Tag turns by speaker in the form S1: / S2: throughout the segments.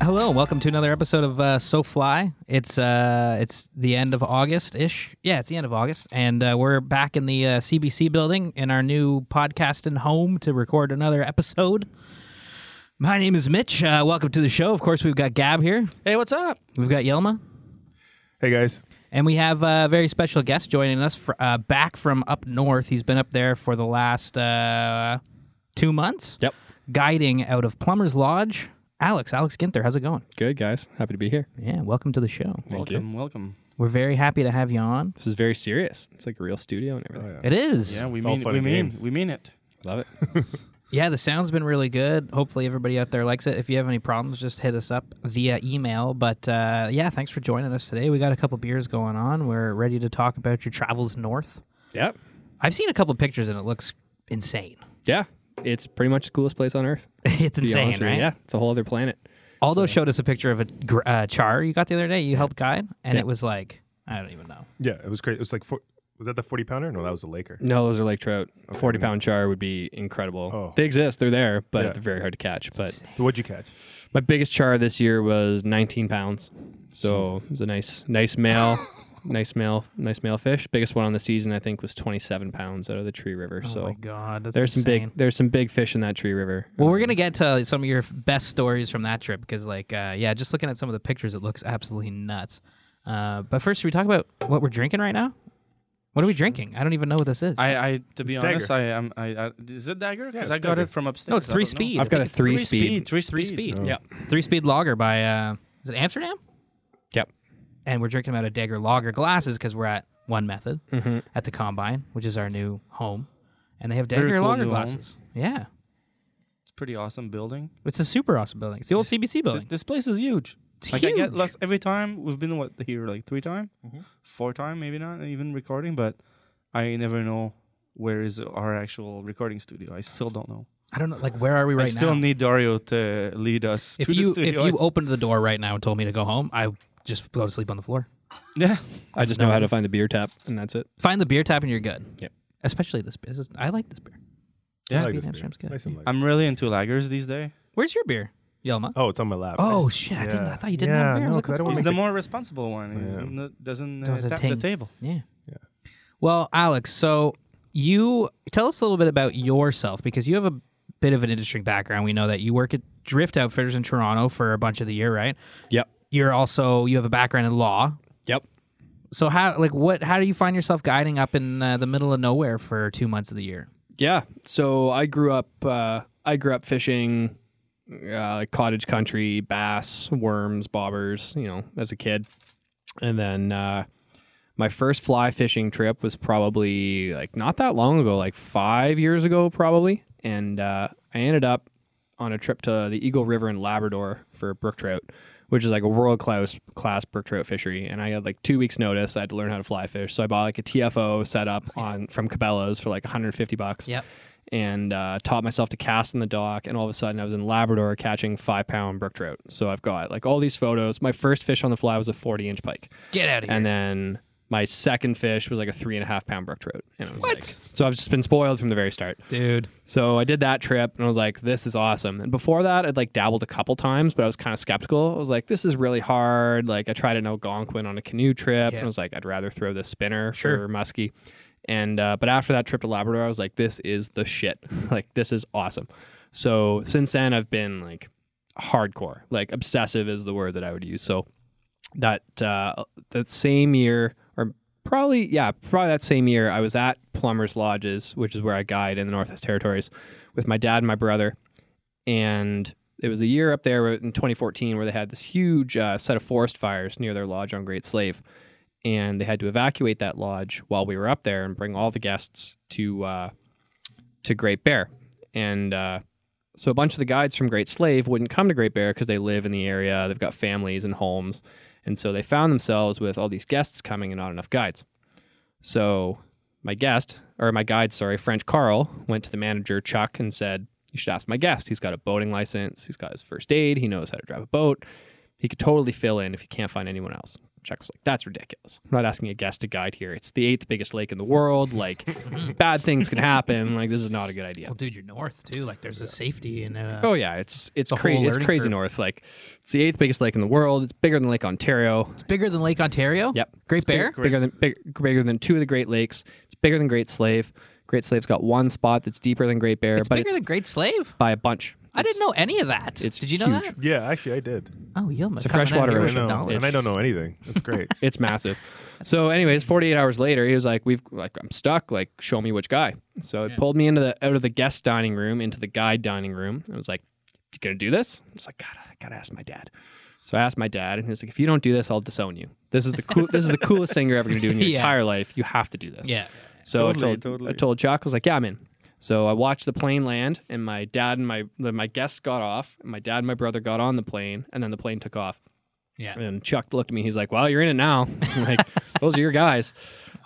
S1: Hello, and welcome to another episode of uh, So Fly. It's uh, it's the end of August ish. Yeah, it's the end of August, and uh, we're back in the uh, CBC building in our new podcasting home to record another episode. My name is Mitch. Uh, welcome to the show. Of course, we've got Gab here.
S2: Hey, what's up?
S1: We've got Yelma.
S3: Hey guys.
S1: And we have uh, a very special guest joining us fr- uh, back from up north. He's been up there for the last uh, two months.
S4: Yep.
S1: Guiding out of Plumber's Lodge. Alex, Alex Ginther, how's it going?
S4: Good guys, happy to be here.
S1: Yeah, welcome to the show.
S4: you.
S2: welcome, welcome.
S1: We're very happy to have you on.
S4: This is very serious. It's like a real studio and everything.
S1: It is.
S2: Yeah,
S1: Yeah,
S2: we
S3: It's all
S2: mean
S3: fun
S2: we
S3: and
S2: mean
S3: games.
S2: we mean it.
S4: Love it.
S1: the sound's been really good. Hopefully, everybody out there likes it. If you have any problems, just hit us up via email. But uh, yeah, thanks for joining us today. We got a couple beers going on. We're ready to talk about your travels north.
S4: yep.
S1: I've seen a couple pictures and it looks insane.
S4: Yeah. It's pretty much the coolest place on earth. to
S1: it's
S4: be
S1: insane,
S4: honest with you.
S1: right?
S4: Yeah. It's a whole other planet.
S1: Aldo showed us a picture of a gr- uh, char you got the other day. You helped guide, and it was like I don't even know.
S3: Yeah, it was crazy. It was like, four, was that the 40 pounder? No, that was the Laker.
S4: No, those are lake trout. A forty pound char would be incredible.
S3: Oh.
S4: They exist. They're there, but
S3: Yeah.
S4: they're very hard to catch. But
S3: So what'd you catch?
S4: my biggest char this year was nineteen pounds. So it was a nice, nice male, nice male, nice male fish. Biggest one on the season, I think, was twenty seven pounds out of the Tree River.
S1: Oh my
S4: so
S1: god, that's
S4: there's some
S1: insane.
S4: big, there's some big fish in that Tree River.
S1: Well, we're gonna get to some of your f- best stories from that trip because, like, uh, yeah, just looking at some of the pictures, it looks absolutely nuts. Uh, but first, should we talk about what we're drinking right now? What are we drinking? I don't even know what this is.
S2: I, I to be
S3: It's
S2: honest, I am I, I is it dagger? Because
S3: it's
S2: I got
S3: Dagger.
S2: it from upstairs.
S1: no, it's
S2: I
S1: three
S2: don't know.
S1: speed.
S4: I've got
S1: I
S4: a
S1: think it's
S4: three,
S2: Three speed,
S4: speed.
S2: three
S1: three
S2: speed.
S1: speed.
S3: Oh.
S1: Yeah, three speed lager by uh, is it Amsterdam?
S4: Yep.
S1: And we're drinking out of Dagger Lager glasses because we're at One Method
S2: Mm-hmm.
S1: at the Combine, which is our new home, and they have
S2: Very
S1: Dagger
S2: cool
S1: Lager
S2: new home.
S1: glasses. Yeah,
S2: It's a pretty awesome building.
S1: it's a super awesome building. It's the old CBC
S2: Th-
S1: building.
S2: this place is huge.
S1: It's
S2: like I
S1: huge. Mm-hmm.
S2: get lost every time. We've been what here like three time, four time, maybe not even recording, but I never know where is our actual recording studio. I still don't know.
S1: I don't know, like where are we right
S2: I still
S1: now?
S2: need Dario to lead us
S1: if
S2: to
S1: you
S2: the studio.
S1: if
S2: I
S1: you
S2: s-
S1: opened the door right now and told me to go home, I would just go to sleep on the floor.
S2: yeah,
S4: I just know how to find the beer tap, and that's it.
S1: Find the beer tap and you're good.
S4: Yep.
S1: Especially this beer. This is- I like this beer.
S2: Yeah.
S3: I like this
S1: Speed
S3: beer.
S1: Amsterdam's
S3: It's
S1: good.
S3: nice and light.
S2: I'm really into lagers these days.
S1: Where's your beer, Yelma?
S3: Oh, it's on my lap. I
S1: Oh
S3: just-
S1: shit! I, didn't,
S3: yeah.
S1: I thought you didn't have
S3: Yeah,
S1: beer. I was
S3: no,
S1: like,
S3: 'cause I
S1: what's
S3: don't
S1: going
S2: He's
S3: make
S2: the
S3: the-
S2: more responsible one. He's
S3: Yeah.
S2: n- doesn't uh,
S1: Doesn't
S2: tap the
S1: ting.
S2: table.
S1: Yeah.
S3: Yeah.
S1: Well, Alex, so you tell us a little bit about yourself because you have a bit of an interesting background. We know that you work at Drift Outfitters in Toronto for a bunch of the year, right?
S4: Yep.
S1: You're also you have a background in law.
S4: Yep.
S1: So how like what how do you find yourself guiding up in uh, the middle of nowhere for 2 months of the year?
S4: Yeah. So I grew up. Uh, I grew up fishing, uh, like cottage country, bass, worms, bobbers. You know, as a kid, and then uh, my first fly fishing trip was probably like not that long ago, like five years ago, probably. And uh, I ended up on a trip to the Eagle River in Labrador for brook trout, which is like a world class class brook trout fishery. And I had like two weeks notice. I had to learn how to fly fish, so I bought like a TFO setup on from Cabela's for like 150 bucks.
S1: Yep.
S4: And uh, taught myself to cast in the dock, and all of a sudden I was in Labrador catching five pound brook trout. So I've got like all these photos. My first fish on the fly was a 40 inch pike.
S1: Get out of here.
S4: And then my second fish was like a three and a half pound brook trout. And I was what? Like, so I've just been spoiled from the very start.
S1: Dude.
S4: So I did that trip and I was like, this is awesome. And before that, I'd like dabbled a couple times, but I was kind of skeptical. I was like, this is really hard. Like I tried an Algonquin on a canoe trip and I was like, I'd rather throw this spinner for muskie. And uh, but after that trip to Labrador, I was like, this is the shit. like this is awesome. So since then, I've been like hardcore, like obsessive is the word that I would use. So that uh, that same year or probably yeah probably that same year i was at plumbers lodges which is where i guide in the northwest territories with my dad and my brother and it was a year up there in 2014 where they had this huge uh, set of forest fires near their lodge on great slave and they had to evacuate that lodge while we were up there and bring all the guests to uh, to great bear and uh, so a bunch of the guides from Great Slave wouldn't come to Great Bear because they live in the area, they've got families and homes, and so they found themselves with all these guests coming and not enough guides. So my guest, or my guide, sorry, French Carl, went to the manager Chuck and said, "You should ask my guest. He's got a boating license. He's got his first aid. He knows how to drive a boat. He could totally fill in if you can't find anyone else. Chuck was like, "That's ridiculous. I'm not asking a guest to guide here. It's the eighth biggest lake in the world. Like, bad things can happen. Like, this is not a good idea."
S1: Well, dude, you're north too. Like, there's a safety and uh,
S4: Oh yeah, it's it's
S1: The whole
S4: crazy. It's
S1: learning
S4: crazy
S1: curve.
S4: north. Like, it's the eighth biggest lake in the world. It's bigger than Lake Ontario.
S1: it's bigger than Lake Ontario.
S4: Yep.
S1: Great Bear.
S4: bigger than big, bigger than two of the Great Lakes. It's bigger than Great Slave. Great Slave's got one spot that's deeper than Great Bear,
S1: It's
S4: but
S1: bigger
S4: it's
S1: than Great Slave.
S4: by a bunch.
S1: I didn't know any of that.
S4: it's
S1: Did you know
S4: huge.
S1: that?
S3: Yeah, actually, I did.
S1: Oh, Yilma. It's
S4: a freshwater
S3: I
S4: ocean.
S3: know,
S4: knowledge.
S3: and I don't know anything. That's great.
S4: It's massive. so, anyways, 48 hours later, he was like, "We've like I'm stuck. Like, show me which guy." So it pulled me into the out of the guest dining room into the guide dining room. I was like, "You gonna do this?" I was like, "Gotta gotta ask my dad." So I asked my dad, and he was like, "If you don't do this, I'll disown you. This is the cool. this is the coolest thing you're ever gonna do in your
S1: Yeah.
S4: entire life. You have to do this."
S1: Yeah.
S4: So
S2: Totally,
S4: I told I
S2: totally.
S4: told Chuck I was like, "Yeah, I'm in." So I watched the plane land, and my dad and my my guests got off. And my dad and my brother got on the plane, and then the plane took off.
S1: Yeah.
S4: And Chuck looked at me. He's like, "Well, you're in it now. I'm like, those are your guys."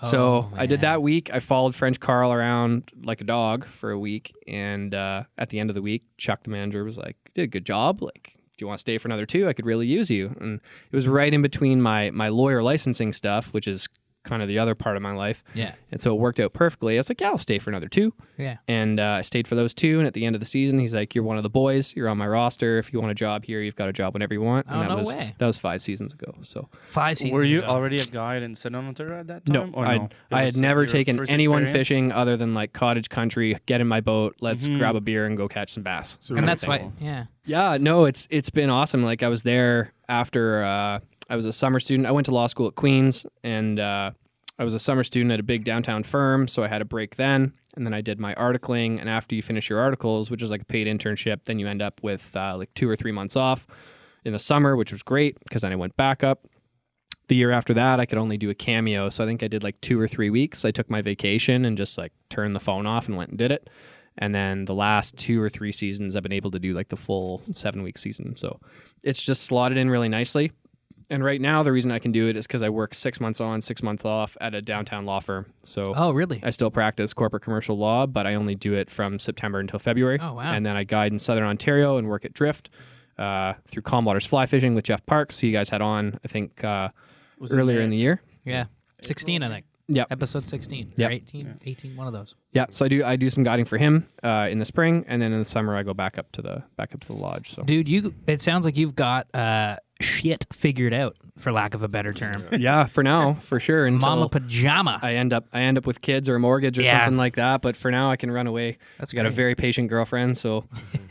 S4: so I did that week. I followed French Carl around like a dog for a week, and uh, at the end of the week, Chuck, the manager, was like, "You "Did a good job. Like, do you want to stay for another two? I could really use you." And it was right in between my my lawyer licensing stuff, which is kind of the other part of my life.
S1: Yeah.
S4: And so it worked out perfectly. I was like, yeah, I'll stay for another two.
S1: Yeah.
S4: And uh, I stayed for those two. And at the end of the season, he's like, you're one of the boys. You're on my roster. If you want a job here, you've got a job whenever you want. And
S1: Oh,
S4: that
S1: no
S4: was,
S1: way.
S4: That was five seasons ago. So
S1: Five seasons.
S2: Were you
S1: ago.
S2: already a guide in San Ontario at that
S1: Um,
S2: time? or
S4: I,
S2: no? It
S4: I
S2: was
S4: had never
S2: your
S4: taken
S2: first
S4: anyone
S2: experience?
S4: fishing other than like cottage country, get in my boat, let's
S1: Mm-hmm.
S4: grab a beer and go catch some bass.
S3: So
S1: And that's why. Yeah.
S4: Yeah, no, it's it's been awesome. Like I was there after uh, I was a summer student. I went to law school at Queens, and uh, I was a summer student at a big downtown firm. So I had a break then, and then I did my articling. And after you finish your articles, which is like a paid internship, then you end up with uh, like two or three months off in the summer, which was great because then I went back up. The year after that, I could only do a cameo. So I think I did like two or three weeks. I took my vacation and just like turned the phone off and went and did it. And then the last two or three seasons, I've been able to do like the full seven week season. So it's just slotted in really nicely. And right now, the reason I can do it is because I work six months on, six months off at a downtown law firm. So
S1: Oh, really?
S4: I still practice corporate commercial law, but I only do it from September until February.
S1: Oh, wow.
S4: And then I guide in Southern Ontario and work at Drift uh, through Calm Waters Fly Fishing with Jeff Parks, who you guys had on, I think, uh,
S2: Was it
S4: earlier
S2: May?
S4: in the year.
S1: Yeah. 16, I think.
S4: Yep.
S1: Episode 16.
S4: Yep.
S1: Or 18, 18, one of those.
S4: Yeah, so I do I do some guiding for him uh, in the spring, and then in the summer I go back up to the back up to the lodge. So
S1: Dude, you. it sounds like you've got uh, shit figured out, for lack of a better term.
S4: yeah, for now, for sure. Until
S1: Mama pajama.
S4: I end up I end up with kids or a mortgage or
S1: Yeah.
S4: something like that. But for now, I can run away.
S1: That's
S4: I got a
S1: great.
S4: very patient girlfriend, so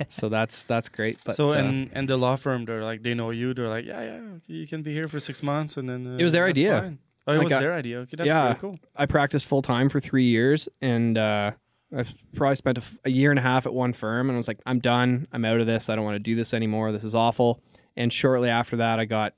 S4: so that's that's great. But
S2: so
S4: uh,
S2: and and the law firm, they're like they know you. They're like, yeah, yeah, you can be here for six months, and then uh,
S4: It was their
S2: that's
S4: idea.
S2: fine. Oh, it
S4: I
S2: was
S4: got-
S2: their idea. Okay, that's
S4: yeah,
S2: pretty cool.
S4: I practiced full time for three years, and uh, I've probably spent a, f- a year and a half at one firm, and I was like, I'm done. I'm out of this. I don't want to do this anymore. This is awful. And shortly after that, I got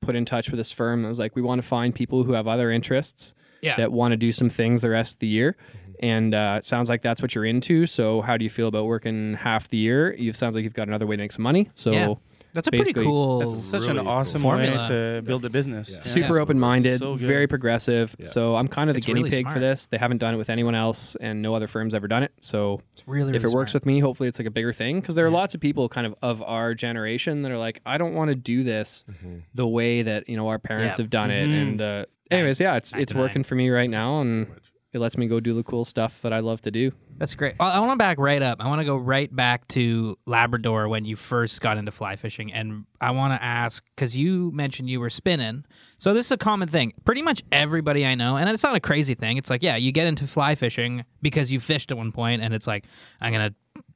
S4: put in touch with this firm. that was like, we want to find people who have other interests
S1: Yeah.
S4: that want to do some things the rest of the year.
S2: Mm-hmm.
S4: And uh, it sounds like that's what you're into. So how do you feel about working half the year? You sounds like you've got another way to make some money. So
S1: Yeah. That's a pretty
S4: basically-
S1: cool.
S2: That's such an
S3: really cool.
S2: awesome
S1: Formula.
S2: way to build a business.
S3: Yeah.
S4: super open minded,
S2: So good.
S4: very progressive.
S3: Yeah.
S4: So I'm kind of the
S1: It's
S4: guinea
S1: really
S4: pig
S1: smart.
S4: for this. They haven't done it with anyone else, and no other firm's ever done it. So
S1: It's really,
S4: if it works with me, hopefully it's like a bigger thing because there are lots of people kind of of our generation that are like, I don't want to do this the way that you know our parents
S1: Yeah.
S4: have done it.
S2: Mhm.
S4: And uh, anyways, yeah, it's
S1: Nine
S4: it's
S1: to nine.
S4: working for me right now, and it lets me go do the cool stuff that I love to do.
S1: That's great. I, I want to back right up. I want to go right back to Labrador when you first got into fly fishing, and I want to ask because you mentioned you were spinning. So this is a common thing. Pretty much everybody I know, and it's not a crazy thing. It's like, yeah, you get into fly fishing because you fished at one point, and it's like, I'm gonna.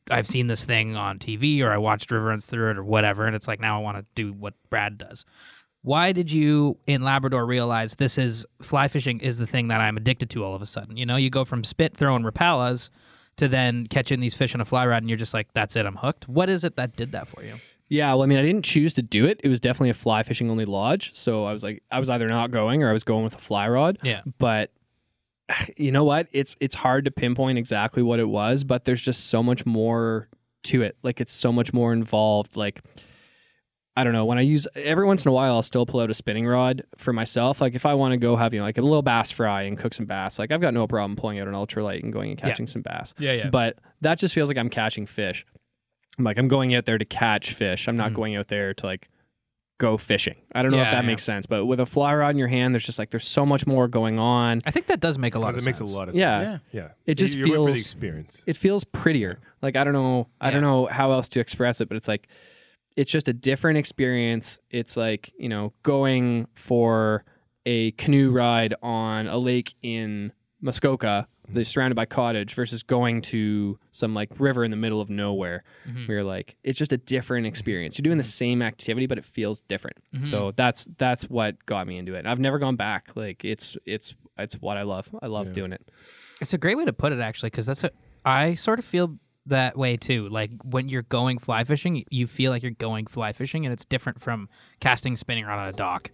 S1: I've seen this thing on TV, or I watched River Runs Through It, or whatever, and it's like now I want to do what Brad does. Why did you in Labrador realize this is fly fishing is the thing that I'm addicted to all of a sudden? You know, you go from spit throwing rapalas to then catching these fish on a fly rod and you're just like that's it i'm hooked what is it that did that for you
S4: Yeah, well, I mean, I didn't choose to do it. It was definitely a fly fishing only lodge, so I was like, I was either not going or I was going with a fly rod.
S1: yeah
S4: but you know what it's it's hard to pinpoint exactly what it was but there's just so much more to it like it's so much more involved like i don't know when i use every once in a while i'll still pull out a spinning rod for myself like if i want to go have you know like a little bass fry and cook some bass like i've got no problem pulling out an ultralight and going and
S1: Yeah.
S4: catching some bass
S1: yeah yeah
S4: but that just feels like i'm catching fish I'm like i'm going out there to catch fish i'm not going out there to like go fishing. I don't
S1: Mm-hmm.
S4: know
S1: Yeah,
S4: if that
S1: yeah.
S4: makes sense, but with a fly rod in your hand, there's just like there's so much more going on.
S1: I think that does make a lot
S3: That
S1: of
S3: makes a
S1: sense.
S3: lot of
S4: Yeah.
S3: sense. Yeah.
S4: It just
S3: you're going for
S4: feels-
S3: the experience.
S4: It feels prettier. Like I don't know, I don't
S1: Yeah.
S4: know how else to express it, but it's like it's just a different experience. It's like you know going for a canoe ride on a lake in Muskoka that's surrounded by cottage versus going to some like river in the middle of nowhere
S1: Mhm.
S4: where you're like it's just a different experience you're doing the same activity but it feels different so that's that's what got me into it And i've never gone back like it's it's it's what i love i love doing it
S1: It's a great way to put it, actually, because that's a. I sort of feel that way too. Like when you're going fly fishing, you feel like you're going fly fishing, and it's different from casting spinning rod on a dock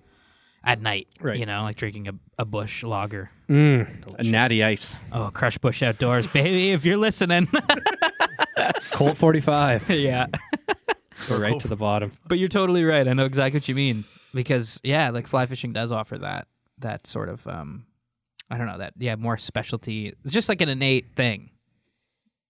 S1: at night.
S4: Right.
S1: You know, like drinking a, a bush lager.
S4: a natty ice
S1: Oh, crush bush outdoors, baby! If you're listening,
S4: colt 45
S1: yeah.
S4: go right to the bottom
S1: But you're totally right. I know exactly what you mean because yeah, like fly fishing does offer that that sort of um I don't know that yeah more specialty. It's just like an innate thing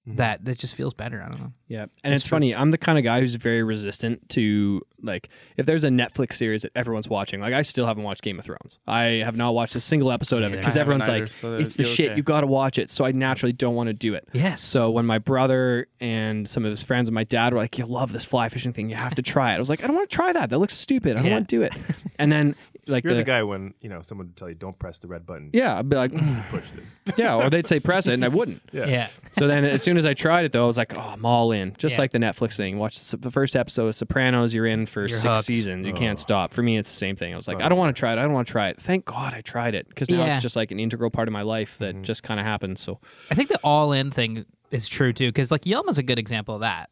S1: that that just feels better. I don't know.
S4: yeah and it's funny i'm the kind of guy who's very resistant to like if there's a netflix series that everyone's watching like i still haven't watched game of thrones i have not watched a single episode of it
S1: Yeah.
S4: because
S2: I haven't
S4: everyone's
S2: either,
S4: like
S2: so
S4: it's the
S2: you're
S4: shit
S2: okay.
S4: you gotta watch it so i naturally don't want to do it
S1: Yes.
S4: So when my brother and some of his friends and my dad were like, "You love this fly fishing thing. You have to try it." I was like, "I don't want to try that. That looks stupid. I don't
S1: Yeah.
S4: want to do it." And then like
S3: You're the, guy when you know someone would tell you don't press the red button.
S4: yeah, I'd be like, "Mm,
S3: Pushed it.
S4: "Yeah," or they'd say, "Press it," and I wouldn't.
S3: Yeah.
S1: yeah.
S4: So then, as soon as I tried it though, I was like, "Oh, I'm all in." Just
S1: Yeah.
S4: like the Netflix thing. Watch the- the first episode of Sopranos. You're in for
S1: You're
S4: six
S1: hooked.
S4: seasons. You
S3: Oh.
S4: can't stop. For me, it's the same thing. I was like, "I don't want to try it. I don't want to try it." Thank God I tried it because now
S1: Yeah.
S4: it's just like an integral part of my life that
S3: Mm-hmm.
S4: just kind of happens. So
S1: I think the all in thing is true too, because like Yelma's a good example of that.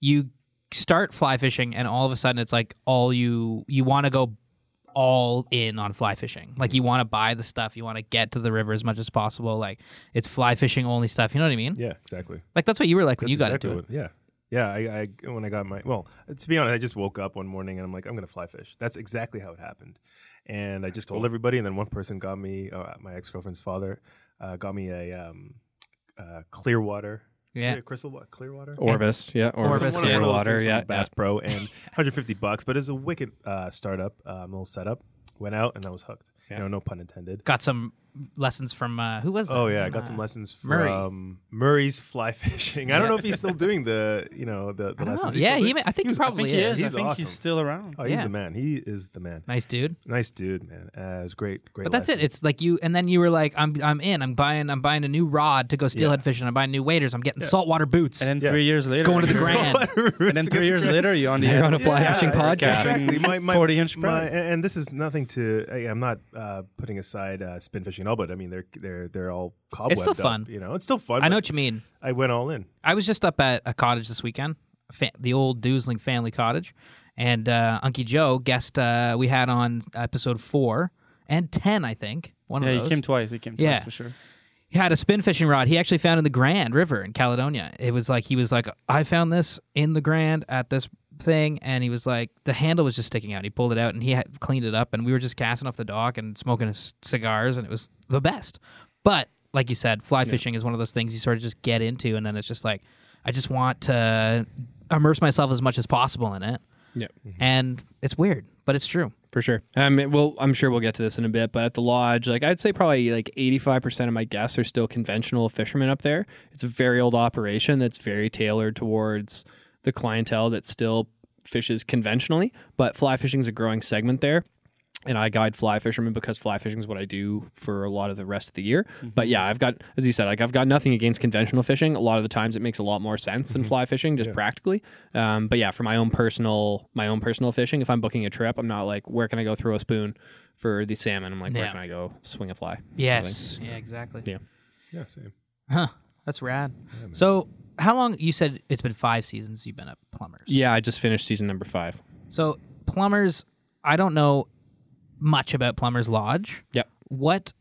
S1: You start fly fishing, and all of a sudden it's like all you you want to go all in on fly fishing. Like you want to buy the stuff, you want to get to the river as much as possible. Like it's fly fishing only stuff. You know what I mean?
S3: Yeah. Exactly.
S1: Like that's what you were like when you
S3: That's
S1: got
S3: exactly
S1: into it.
S3: what- Yeah. Yeah, I, I when I got my well, to be honest, I just woke up one morning and I'm like, I'm gonna fly fish. That's exactly how it happened, and I just told everybody, and then one person got me, uh, my ex girlfriend's father, uh, got me a um, uh, Clearwater,
S1: Yeah.
S3: Clear- crystal wa- Clearwater,
S4: Orvis, yeah, Orvis,
S1: Orvis,
S3: It's one of-
S1: yeah.
S3: one of those
S4: water,
S3: things
S4: yeah,
S3: from Bass Pro, and 150 bucks, but it's a wicked uh, startup, um, little setup. Went out and I was hooked. You know, no pun intended.
S1: Got some lessons from uh, who was? That?
S3: Oh yeah, I got
S1: Uh,
S3: some lessons from
S1: Murray.
S3: Murray's fly fishing. I don't know if he's still doing the, you know, the, the
S1: I don't know.
S3: lessons. He's
S1: Yeah,
S3: still
S1: he,
S3: doing-
S1: may- I think he
S3: was- I
S1: probably
S2: think he is.
S3: He's
S2: I think
S3: awesome.
S2: he's still around.
S3: Oh, he's
S1: Yeah.
S3: the man. He is the man.
S1: Nice dude.
S3: Nice dude, man. Uh, it was great, great.
S1: But that's it.
S3: lesson.
S1: It's like you, and then you were like, "I'm, I'm in. I'm buying, I'm buying a new rod to go steelhead fishing. I'm buying new waders. I'm getting saltwater boots.
S2: And then
S3: Yeah.
S2: three years later,
S1: Going to the Grand.
S2: and then three years later, you're on the
S4: You're on a fly
S3: Yeah,
S4: fishing podcast.
S3: Exactly. My, my,
S2: 40 inch
S3: my,
S2: pride.
S3: and and this is nothing to. I, I'm not uh, putting aside uh, spin fishing at all, but I mean they're they're they're all cobwebbed
S1: still
S3: up,
S1: fun.
S3: you know, it's still fun.
S1: I know
S3: but
S1: what you mean.
S3: I went all in.
S1: I was just up at a cottage this weekend, fa- the old Doosling family cottage, and uh, Unky Joe guest uh, we had on episode four and ten, I think. One
S2: Yeah,
S1: of
S2: he
S1: those.
S2: came twice. He came twice
S1: Yeah.
S2: for sure.
S1: he had a spin fishing rod he actually found in the Grand River in Caledonia. It was like he was like, I found this in the Grand at this thing, and he was like, the handle was just sticking out. He pulled it out and he had cleaned it up, and we were just casting off the dock and smoking his cigars, and it was the best. But like you said, fly fishing is one of those things you sort of just get into, and then it's just like, I just want to immerse myself as much as possible in it,
S4: Yeah.
S1: and it's weird, but it's true.
S4: For sure. Um, it- we'll, I'm sure we'll get to this in a bit, but at the lodge, like I'd say probably like 85% of my guests are still conventional fishermen up there. It's a very old operation that's very tailored towards the clientele that still fishes conventionally, but fly fishing is a growing segment there. And I guide fly fishermen because fly fishing is what I do for a lot of the rest of the year.
S1: Mm-hmm.
S4: But yeah, I've got, as you said, like I've got nothing against conventional fishing. A lot of the times, it makes a lot more sense
S1: Mm-hmm.
S4: than fly fishing, just practically. Um, but yeah, for my own personal, my own personal fishing, if I'm booking a trip, I'm not like, where can I go throw a spoon for the salmon? I'm like, where
S1: Yeah.
S4: can I go swing a fly?
S1: Yes, yeah, exactly.
S4: Yeah.
S3: Yeah, same.
S1: Huh. That's rad. so how long you said it's been five seasons you've been at Plumbers.
S4: Yeah, I just finished season number five.
S1: So Plumbers, I don't know much about Plumbers Lodge.
S4: Yep.
S1: What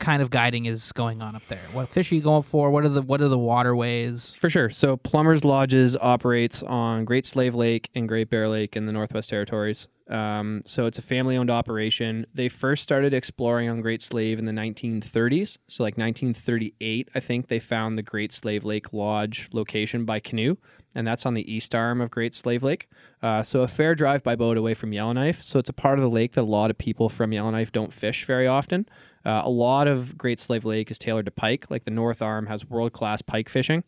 S1: kind of guiding is going on up there? What fish are you going for? What are the what are the waterways?
S4: For sure. So Plumbers Lodges operates on Great Slave Lake and Great Bear Lake in the Northwest Territories. Um, so it's a family-owned operation. They first started exploring on Great Slave in the 1930s. So like 1938, I think they found the Great Slave Lake Lodge location by canoe, and that's on the east arm of Great Slave Lake. Uh, so a fair drive by boat away from Yellowknife. So it's a part of the lake that a lot of people from Yellowknife don't fish very often. Uh, a lot of Great Slave Lake is tailored to pike. Like the North Arm has world class pike fishing.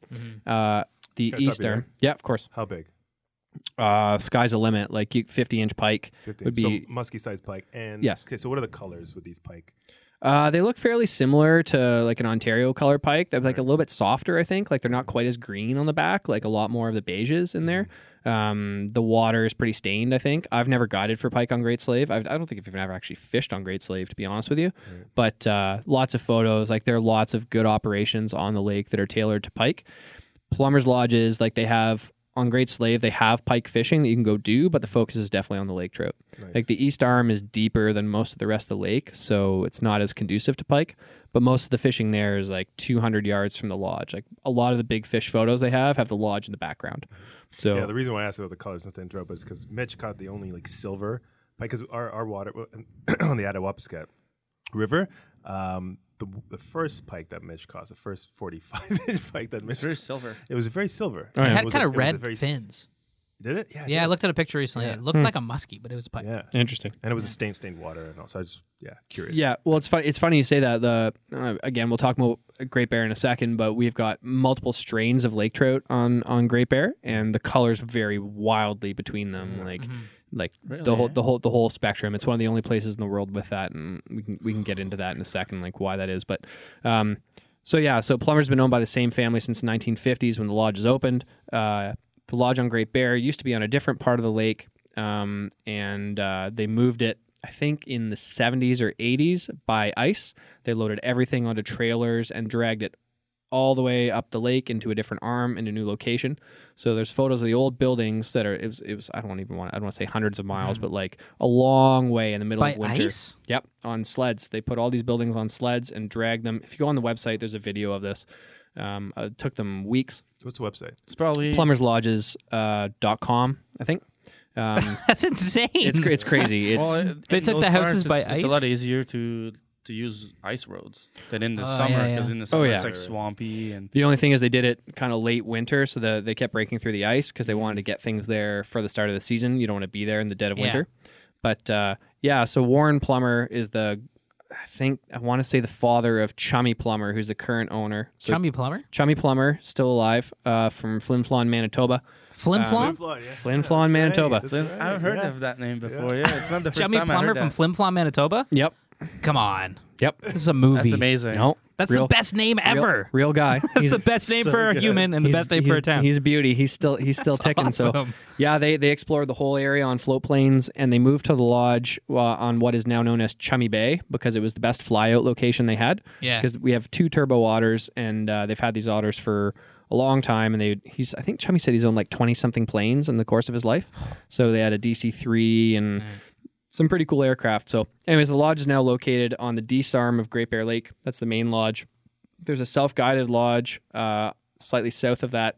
S4: Uh, the
S3: Can I stop
S4: East
S3: you
S4: Arm,
S3: there?
S4: yeah, of course.
S3: How big?
S4: Uh, sky's the limit. Like you, fifty inch pike
S3: 15.
S4: would
S3: so
S4: be.
S3: musky sized pike. And
S4: Yes.
S3: Okay, so what are the colors with these pike?
S4: Uh, they look fairly similar to like an Ontario color pike. They're like a little bit softer, I think. Like they're not quite as green on the back. Like a lot more of the beiges in there. Um, the water is pretty stained. I think I've never guided for pike on Great Slave. I've, I don't think I've even ever actually fished on Great Slave, to be honest with you. But uh, lots of photos. Like there are lots of good operations on the lake that are tailored to pike. Plumbers lodges, like they have on Great Slave, they have pike fishing that you can go do, but the focus is definitely on the lake trout.
S3: Nice.
S4: Like the east arm is deeper than most of the rest of the lake, so it's not as conducive to pike. But most of the fishing there is like 200 yards from the lodge. Like a lot of the big fish photos they have have the lodge in the background. So
S3: Yeah, the reason why I asked about the colors, not to interrupt, but it's because Mitch caught the only like silver pike. Because our, our water on the Adawapiskat River, um, the, the first pike that Mitch caught, the first 45 inch pike that Mitch
S2: very silver.
S3: it was very silver.
S4: yeah.
S1: Oh, It
S4: It
S1: had
S3: was
S1: kind
S3: a-
S1: of
S3: it was a
S1: red
S3: very s-
S1: fins.
S3: Did it? Yeah. it
S1: Yeah, I
S3: did.
S1: looked at a picture recently. It looked like a muskie, but it was a pike.
S3: Yeah.
S4: interesting.
S3: And it was a stain stained water and all. So I just, yeah, curious.
S4: Yeah, well, it's funny. It's funny you say that. The uh, again, we'll talk about Great Bear in a second, but we've got multiple strains of lake trout on on Great Bear, and the colors vary wildly between them. Like, like the
S2: Really,
S4: whole
S2: eh?
S4: the whole the whole spectrum. It's one of the only places in the world with that, and we can we can get into that in a second, like why that is. But, um, so yeah, so Plumber's been owned by the same family since the 1950s when the lodge is opened. Uh, the lodge on Great Bear used to be on a different part of the lake, um, and uh, they moved it. I think in the 70s or 80s by ice. They loaded everything onto trailers and dragged it all the way up the lake into a different arm in a new location. So there's photos of the old buildings that are it was, it was I don't even want I don't want to say hundreds of miles, but like a long way in the middle
S1: Mm-hmm. By
S4: of winter.
S1: ice?
S4: Yep, on sleds. They put all these buildings on sleds and drag them. If you go on the website, there's a video of this. Um, it took them weeks.
S3: So what's the website?
S2: It's probably
S4: Plumberslodges.com, uh, dot com, I think. Um,
S1: That's insane.
S4: it's cra- it's crazy. It's
S2: Well, in
S1: They took
S2: those
S1: the houses
S2: parts,
S1: by
S2: it's, It's a
S1: ice?
S2: lot easier to to use ice roads than in the
S1: Oh,
S2: summer
S1: yeah, yeah.
S2: because in the summer
S4: yeah.
S2: it's like swampy and
S4: The only thing is they did it kind of late winter, so the, they kept breaking through the ice because they wanted to get things there for the start of the season. You don't want to be there in the dead of
S1: Yeah.
S4: winter. But uh, yeah, so Warren Plummer is the, I think I want to say the father of Chummy Plummer, who's the current owner. So
S1: Chummy Plumber,
S4: Chummy Plummer, still alive, uh, from Flin Flon, Manitoba.
S1: Flim Flom,
S3: Flon, yeah.
S4: Flin Flon, Manitoba.
S2: I've heard of that name before. Yeah, it's not the first
S1: Chummy
S2: time I
S1: Plumber
S2: heard
S1: from
S2: that.
S1: Flim Flom, Manitoba.
S4: Yep.
S1: Come on,
S4: Yep.
S1: this is a movie.
S2: That's amazing.
S4: No.
S1: That's the
S4: real,
S1: best name
S4: real-
S1: ever.
S4: Real, guy.
S1: That's the best name for a human and the
S4: He's-
S1: best name for
S4: he's-
S1: a town.
S4: He's a beauty. He's still he's still ticking.
S1: awesome.
S4: So yeah, they they explored the whole area on float planes and they moved to the lodge uh, on what is now known as Chummy Bay because it was the best flyout location they had.
S1: Yeah.
S4: Because we have two turbo otters and uh, they've had these otters for a long time and they he's I think Chummy said he's owned like twenty something planes in the course of his life. So they had a DC three and some pretty cool aircraft. So, anyways, the lodge is now located on the Dees arm of Great Bear Lake. That's the main lodge. There's a self guided lodge uh, slightly south of that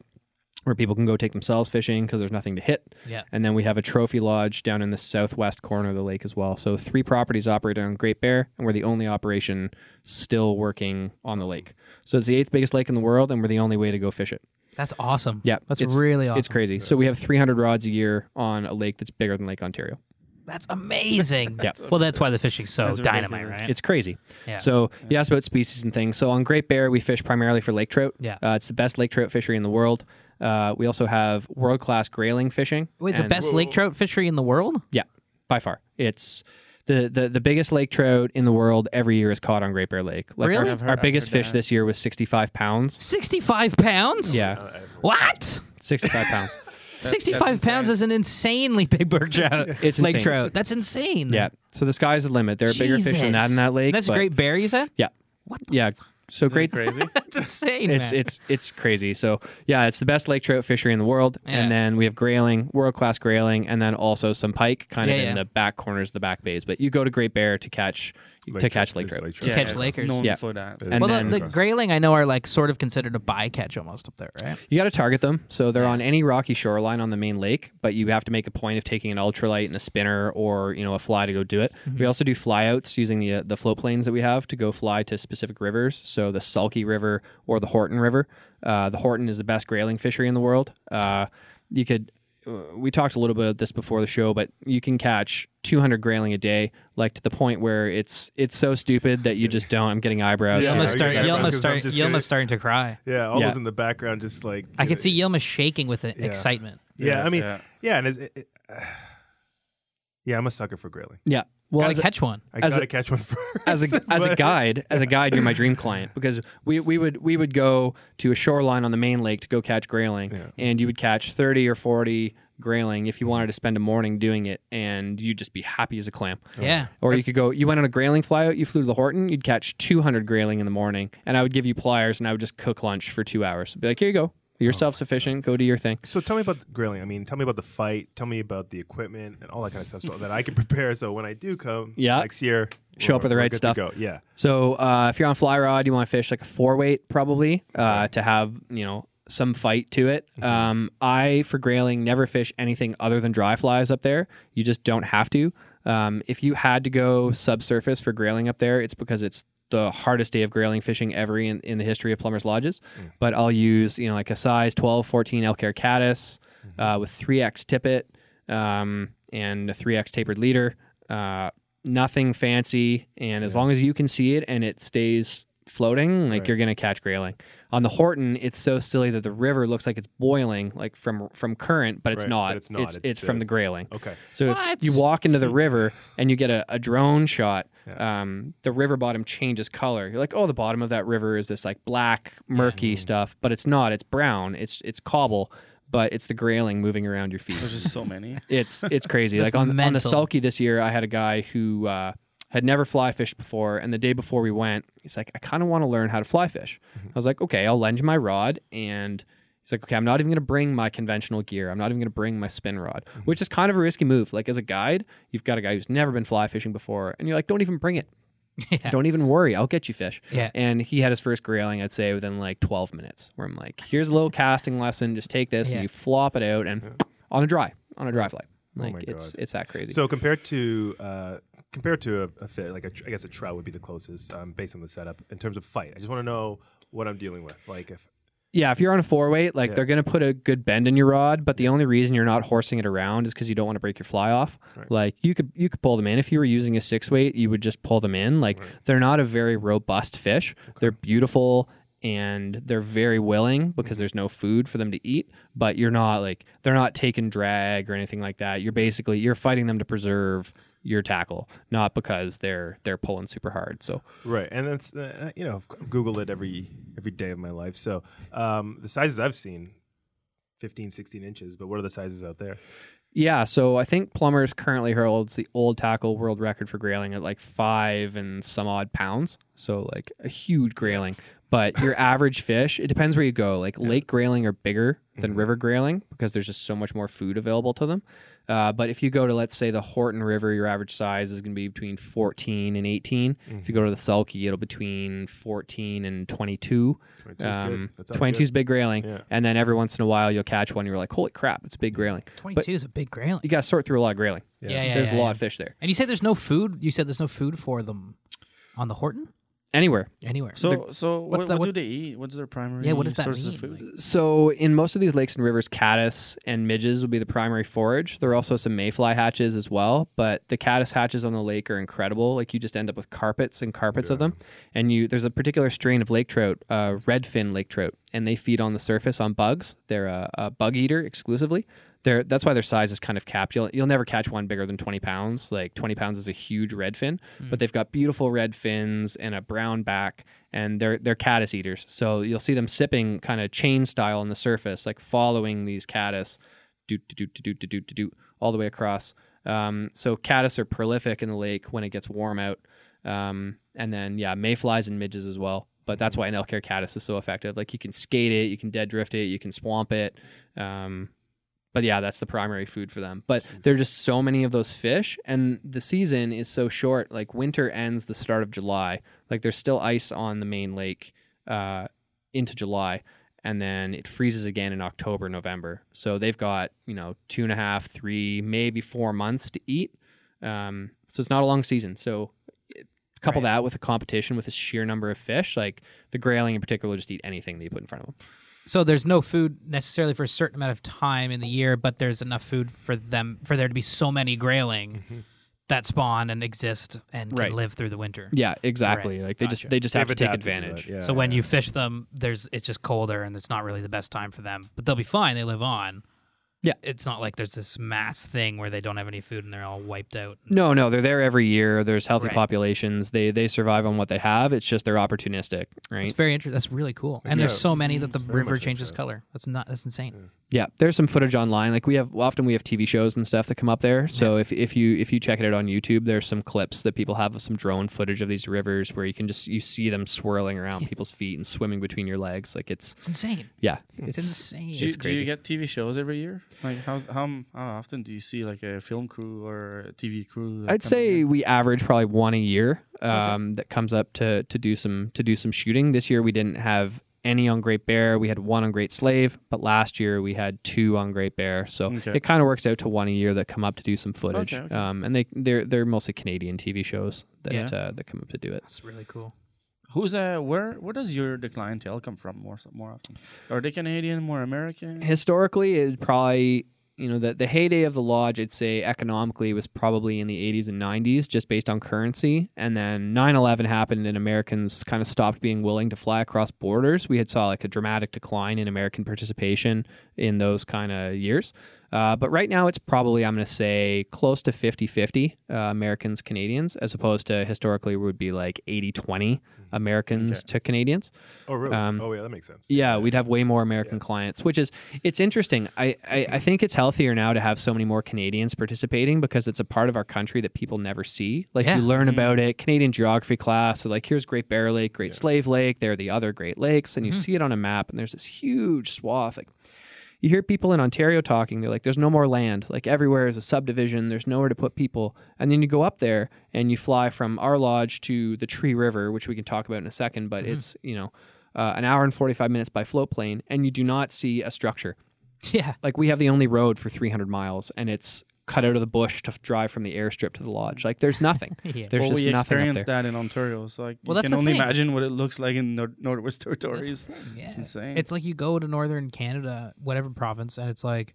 S4: where people can go take themselves fishing because there's nothing to hit.
S1: Yeah.
S4: And then we have a trophy lodge down in the southwest corner of the lake as well. So, three properties operate on Great Bear, and we're the only operation still working on the lake. So, it's the eighth biggest lake in the world, and we're the only way to go fish it.
S1: That's awesome.
S4: Yeah.
S1: that's
S4: it's-
S1: really awesome.
S4: It's crazy. So, we have 300 rods a year on a lake that's bigger than Lake Ontario.
S1: That's amazing.
S4: Yeah.
S1: Well, that's why the fishing's so
S2: That's
S1: dynamite,
S2: ridiculous.
S1: right?
S4: It's crazy.
S1: Yeah.
S4: So you asked about species and things. So on Great Bear, we fish primarily for lake trout.
S1: Yeah.
S4: Uh, it's the best lake trout fishery in the world. Uh, we also have world class grayling fishing.
S1: Wait, it's the
S4: and-
S1: best lake trout fishery in the world.
S4: Yeah, by far. It's the, the, the biggest lake trout in the world every year is caught on Great Bear Lake. Like
S1: Really?
S4: Our,
S1: I've
S4: our
S2: heard- I've
S4: biggest
S2: heard
S4: fish
S2: that.
S4: this year was 65 pounds.
S1: Sixty-five pounds.
S4: Yeah,
S1: What?
S4: 65 pounds.
S1: 65 pounds
S2: insane.
S1: is an insanely big bird trout.
S4: It's
S1: lake
S4: insane.
S1: trout. That's insane.
S4: Yeah. So the sky's the limit. There are bigger fish than that in
S1: Jesus.
S4: that lake.
S1: That's
S4: but-
S1: great bear, you said?
S4: Yeah.
S1: What the
S4: Yeah. So great,
S2: Crazy.
S1: That's insane.
S4: it's
S1: man.
S4: it's it's crazy. So yeah, it's the best lake trout fishery in the world.
S1: Yeah.
S4: And then we have grayling, world class grayling, and then also some pike, kind
S1: Yeah,
S4: of in
S1: yeah.
S4: the back corners, of the back bays. But you go to Great Bear to catch, to catch lake
S3: Lake
S4: trout.
S3: Trout.
S1: To catch
S2: it's
S1: Lakers.
S2: Known
S4: Yeah.
S2: for that.
S3: It
S4: And
S1: well,
S4: then-
S1: the, the grayling I know are like sort of considered a bycatch almost up there, right?
S4: You got to target them. So they're on any rocky shoreline on the main lake, but you have to make a point of taking an ultralight and a spinner or, you know, a fly to go do it. We also do flyouts using the uh, the float planes that we have to go fly to specific rivers. So the Sulky River or the Horton River. Uh, the Horton is the best grayling fishery in the world. Uh, you could uh, we talked a little bit about this before the show, but you can catch 200 grayling a day, like to the point where it's it's so stupid that you just don't. I'm getting eyebrows.
S3: Yeah,
S4: here.
S1: Yilma's
S3: I was
S1: start,
S3: gonna say,
S1: Yilma's
S3: because
S1: start,
S3: I'm just
S1: Yilma's
S3: gonna-
S1: starting to cry.
S3: Yeah, all
S4: Yeah.
S3: those in the background, just like
S1: I can see Yilma shaking with e-
S3: Yeah.
S1: excitement.
S3: Yeah, I mean,
S2: Yeah.
S3: yeah, and it's, it, it, yeah, I'm a sucker for grayling.
S4: Yeah. Well, as
S1: Gotta
S4: a-
S1: catch one.
S3: I
S4: As
S3: gotta
S4: a-
S3: catch one first.
S4: as a as a
S3: but-
S4: guide, as a guide, you're my dream client because we, we would we would go to a shoreline on the main lake to go catch grayling,
S3: Yeah.
S4: and you would catch thirty or forty grayling if you wanted to spend a morning doing it, and you'd just be happy as a clam.
S1: Yeah.
S4: Or you could go. You went on a grayling flyout. You flew to the Horton. You'd catch two hundred grayling in the morning, and I would give you pliers, and I would just cook lunch for two hours. Be like, here you go. You're self sufficient. Go do your thing.
S3: So tell me about the grilling. I mean, tell me about the fight. Tell me about the equipment and all that kind of stuff, so that I can prepare. So when I do come,
S4: Yeah.
S3: next year,
S4: Show up
S3: we're-
S4: with the
S3: we're
S4: right
S3: good to
S4: stuff.
S3: Go. Yeah,
S4: So uh, if you're on fly rod, you want to fish like a four weight probably uh, to have you know some fight to it. Um, I for grayling never fish anything other than dry flies up there. You just don't have to. Um, if you had to go subsurface for grayling up there, it's because it's the hardest day of grayling fishing ever in, in the history of plumbers lodges. But I'll use you know like a size 12, 14 elk hair caddis uh, with 3x tippet um, and a 3x tapered leader. Uh, nothing fancy, and as long as you can see it and it stays floating, like you're gonna catch grayling. On the Horton, it's so silly that the river looks like it's boiling, like from from current, but it's
S3: Right,
S4: not.
S3: but it's not.
S4: It's,
S3: It's
S4: from the
S3: just-
S4: grayling.
S3: okay.
S4: So
S1: What?
S4: if you walk into the river and you get a, a drone shot, um, the river bottom changes color. You're like, oh, the bottom of that river is this like black, murky
S3: Mm.
S4: stuff, but it's not. It's brown. It's it's cobble, but it's the grayling moving around your feet.
S2: There's just so many.
S4: It's it's crazy.
S1: That's
S4: like on on the
S1: mental.
S4: sulky this year, I had a guy who uh, had never fly fished before, and the day before we went, he's like, I kind of want to learn how to fly fish.
S1: Mm-hmm.
S4: I was like, okay, I'll lend you my rod, and he's like, okay, I'm not even gonna bring my conventional gear. I'm not even gonna bring my spin rod, which is kind of a risky move. Like as a guide, you've got a guy who's never been fly fishing before, and you're like, don't even bring it. Don't even worry, I'll get you fish.
S1: Yeah.
S4: And he had his first grayling, I'd say, within like 12 minutes, where I'm like, here's a little casting lesson. Just take this
S1: Yeah.
S4: and you flop it out and on a dry, on a dry fly. Like
S3: my
S4: it's
S3: God.
S4: it's that crazy.
S3: So compared to uh, compared to a, a fit, like a tr- I guess a trout would be the closest um, based on the setup in terms of fight. I just want to know what I'm dealing with. Like if
S4: yeah, if you're on a four weight, like
S3: Yeah.
S4: they're gonna put a good bend in your rod, but the only reason you're not horsing it around is because you don't want to break your fly off.
S3: Right.
S4: Like you could you could pull them in. If you were using a six weight, you would just pull them in. Like they're not a very robust fish. They're beautiful and they're very willing because
S3: Mm-hmm.
S4: there's no food for them to eat, but you're not like they're not taking drag or anything like that. You're basically you're fighting them to preserve your tackle, not because they're they're pulling super hard. So
S3: Right, and that's uh, you know I've Googled it every every day of my life. So um, the sizes I've seen, 15, 16 inches. But what are the sizes out there?
S4: Yeah, so I think Plumbers currently holds the old tackle world record for grailing at like five and some odd pounds. So like a huge grailing. But your average fish, it depends where you go. Like lake grailing are bigger than
S3: Mm-hmm.
S4: river grailing because there's just so much more food available to them. Uh, but if you go to let's say the Horton River, your average size is going to be between 14 and 18.
S3: Mm-hmm.
S4: If you go to the Sulky, it'll between 14 and 22.
S3: 22 is good.
S4: Um,
S3: That sounds
S4: 22 is big grailing,
S3: Yeah.
S4: and then every once in a while you'll catch one. You're like, holy crap, it's a big grailing. But-
S1: 22 is a big grayling.
S4: you got to sort through a lot of grayling.
S1: Yeah, yeah,
S4: there's
S1: yeah,
S4: a lot
S1: yeah.
S4: of fish there.
S1: And you said there's no food. You said there's no food for them on the Horton
S4: Anywhere.
S1: anywhere.
S2: So, so
S1: what's
S2: what,
S1: that-
S2: what
S1: what's-
S2: do they eat? What's their primary
S1: yeah, what does that
S2: sources
S1: mean?
S2: of food?
S1: Like,
S4: So in most of these lakes and rivers, caddis and midges would be the primary forage. There are also some mayfly hatches as well, but the caddis hatches on the lake are incredible. Like you just end up with carpets and carpets of them. And you there's a particular strain of lake trout, uh, redfin lake trout, and they feed on the surface on bugs. They're a, a bug eater exclusively. They're, that's why their size is kind of capped. You'll, you'll never catch one bigger than 20 pounds. Like 20 pounds is a huge red fin, but they've got beautiful red fins and a brown back, and they're they're caddis eaters. So you'll see them sipping kind of chain style on the surface, like following these caddis, do do do do do do do do all the way across. Um, so caddis are prolific in the lake when it gets warm out, um, and then yeah, mayflies and midges as well. But that's why an elk hair caddis is so effective. Like you can skate it, you can dead drift it, you can swamp it. Um, But yeah, that's the primary food for them. But there are just so many of those fish, and the season is so short. Like winter ends the start of July. Like there's still ice on the main lake uh, into July, and then it freezes again in October, November. So they've got you know two and a half, three, maybe four months to eat. Um, so it's not a long season. So couple that with a competition with a sheer number of fish, like the grayling in particular, will just eat anything that you put in front of them.
S1: So there's no food necessarily for a certain amount of time in the year, but there's enough food for them for there to be so many grayling that spawn and exist and can
S4: Right.
S1: live through the winter.
S4: Yeah, exactly. Like they
S1: Gotcha.
S4: just they just have
S3: They've
S4: to take
S3: adapted it,
S4: advantage.
S3: yeah,
S1: so when
S3: yeah.
S1: you fish them, there's it's just colder and it's not really the best time for them. But they'll be fine. They live on.
S4: Yeah.
S1: it's not like there's this mass thing where they don't have any food and they're all wiped out.
S4: No, no, they're there every year. There's healthy
S1: Right.
S4: populations. They they survive on what they have. It's just they're opportunistic, right?
S1: It's very interesting. That's really cool. And
S3: Yeah.
S1: there's so many that the
S3: very
S1: river
S3: much like
S1: changes
S3: that.
S1: color. That's not. That's insane.
S4: Yeah, there's some footage online. Like we have often we have TV shows and stuff that come up there. So if, if you if you check it out on YouTube, there's some clips that people have of some drone footage of these rivers where you can just you see them swirling around people's feet and swimming between your legs. Like it's
S1: It's insane.
S4: yeah,
S1: It's, insane.
S2: Do you, do
S4: crazy.
S2: you get TV shows every year? Like how how, m- how often do you see like a film crew or a TV crew? like, coming
S4: I'd say
S2: in?
S4: we average probably one a year um, that comes up to to do some to do some shooting. This year we didn't have any on Great Bear. We had one on Great Slave, but last year we had two on Great Bear. So
S2: Okay.
S4: it kind of works out to one a year that come up to do some footage.
S2: Okay, okay.
S4: Um, and they they're they're mostly Canadian TV shows that
S2: Yeah.
S4: uh, that come up to do it.
S1: That's really cool.
S2: who's uh where where does your the clientele come from more so- more often? Are they Canadian, more American?
S5: Mm-hmm.
S4: Eh, Historically, it probably you know the the heyday of the lodge. I'd say economically was probably in the 80s and 90s, just based on currency. And then 9/11 happened, and Americans kind of stopped being willing to fly across borders. We had saw like a dramatic decline in American participation in those kind of years. Uh, but right now, it's probably I'm going to say close to 50-50 uh, Americans Canadians, as opposed to historically would be like 80-20 Americans to Canadians.
S3: Oh, really?
S4: Um,
S3: oh, yeah, that makes sense.
S4: Yeah, we'd have way more American clients, which is it's interesting. I, I I think it's healthier now to have so many more Canadians participating because it's a part of our country that people never see. Like
S1: Yeah.
S4: you learn about it, Canadian geography class. So like here's Great Bear Lake, Great Slave Lake. There are the other Great Lakes, and you see it on a map, and there's this huge swath. Like you hear people in Ontario talking. They're like, there's no more land. Like everywhere is a subdivision. There's nowhere to put people. And then you go up there and you fly from our lodge to the Tree River, which we can talk about in a second, but it's, you know, uh, an hour and 45 minutes by float plane, and you do not see a structure.
S1: Yeah.
S4: Like we have the only road for 300 miles, and it's cut out of the bush to f- drive from the airstrip to the lodge. Like there's nothing.
S1: Yeah.
S4: There's
S2: well,
S4: just
S2: we
S4: nothing up
S2: experienced
S4: there.
S2: that in Ontario, so like
S1: Well,
S2: you
S1: that's
S2: can
S1: the
S2: only
S1: thing.
S2: imagine what it looks like in Nor- Northwest Territories.
S1: Yeah.
S2: It's insane.
S1: It's like you go to northern Canada, whatever province, and it's like,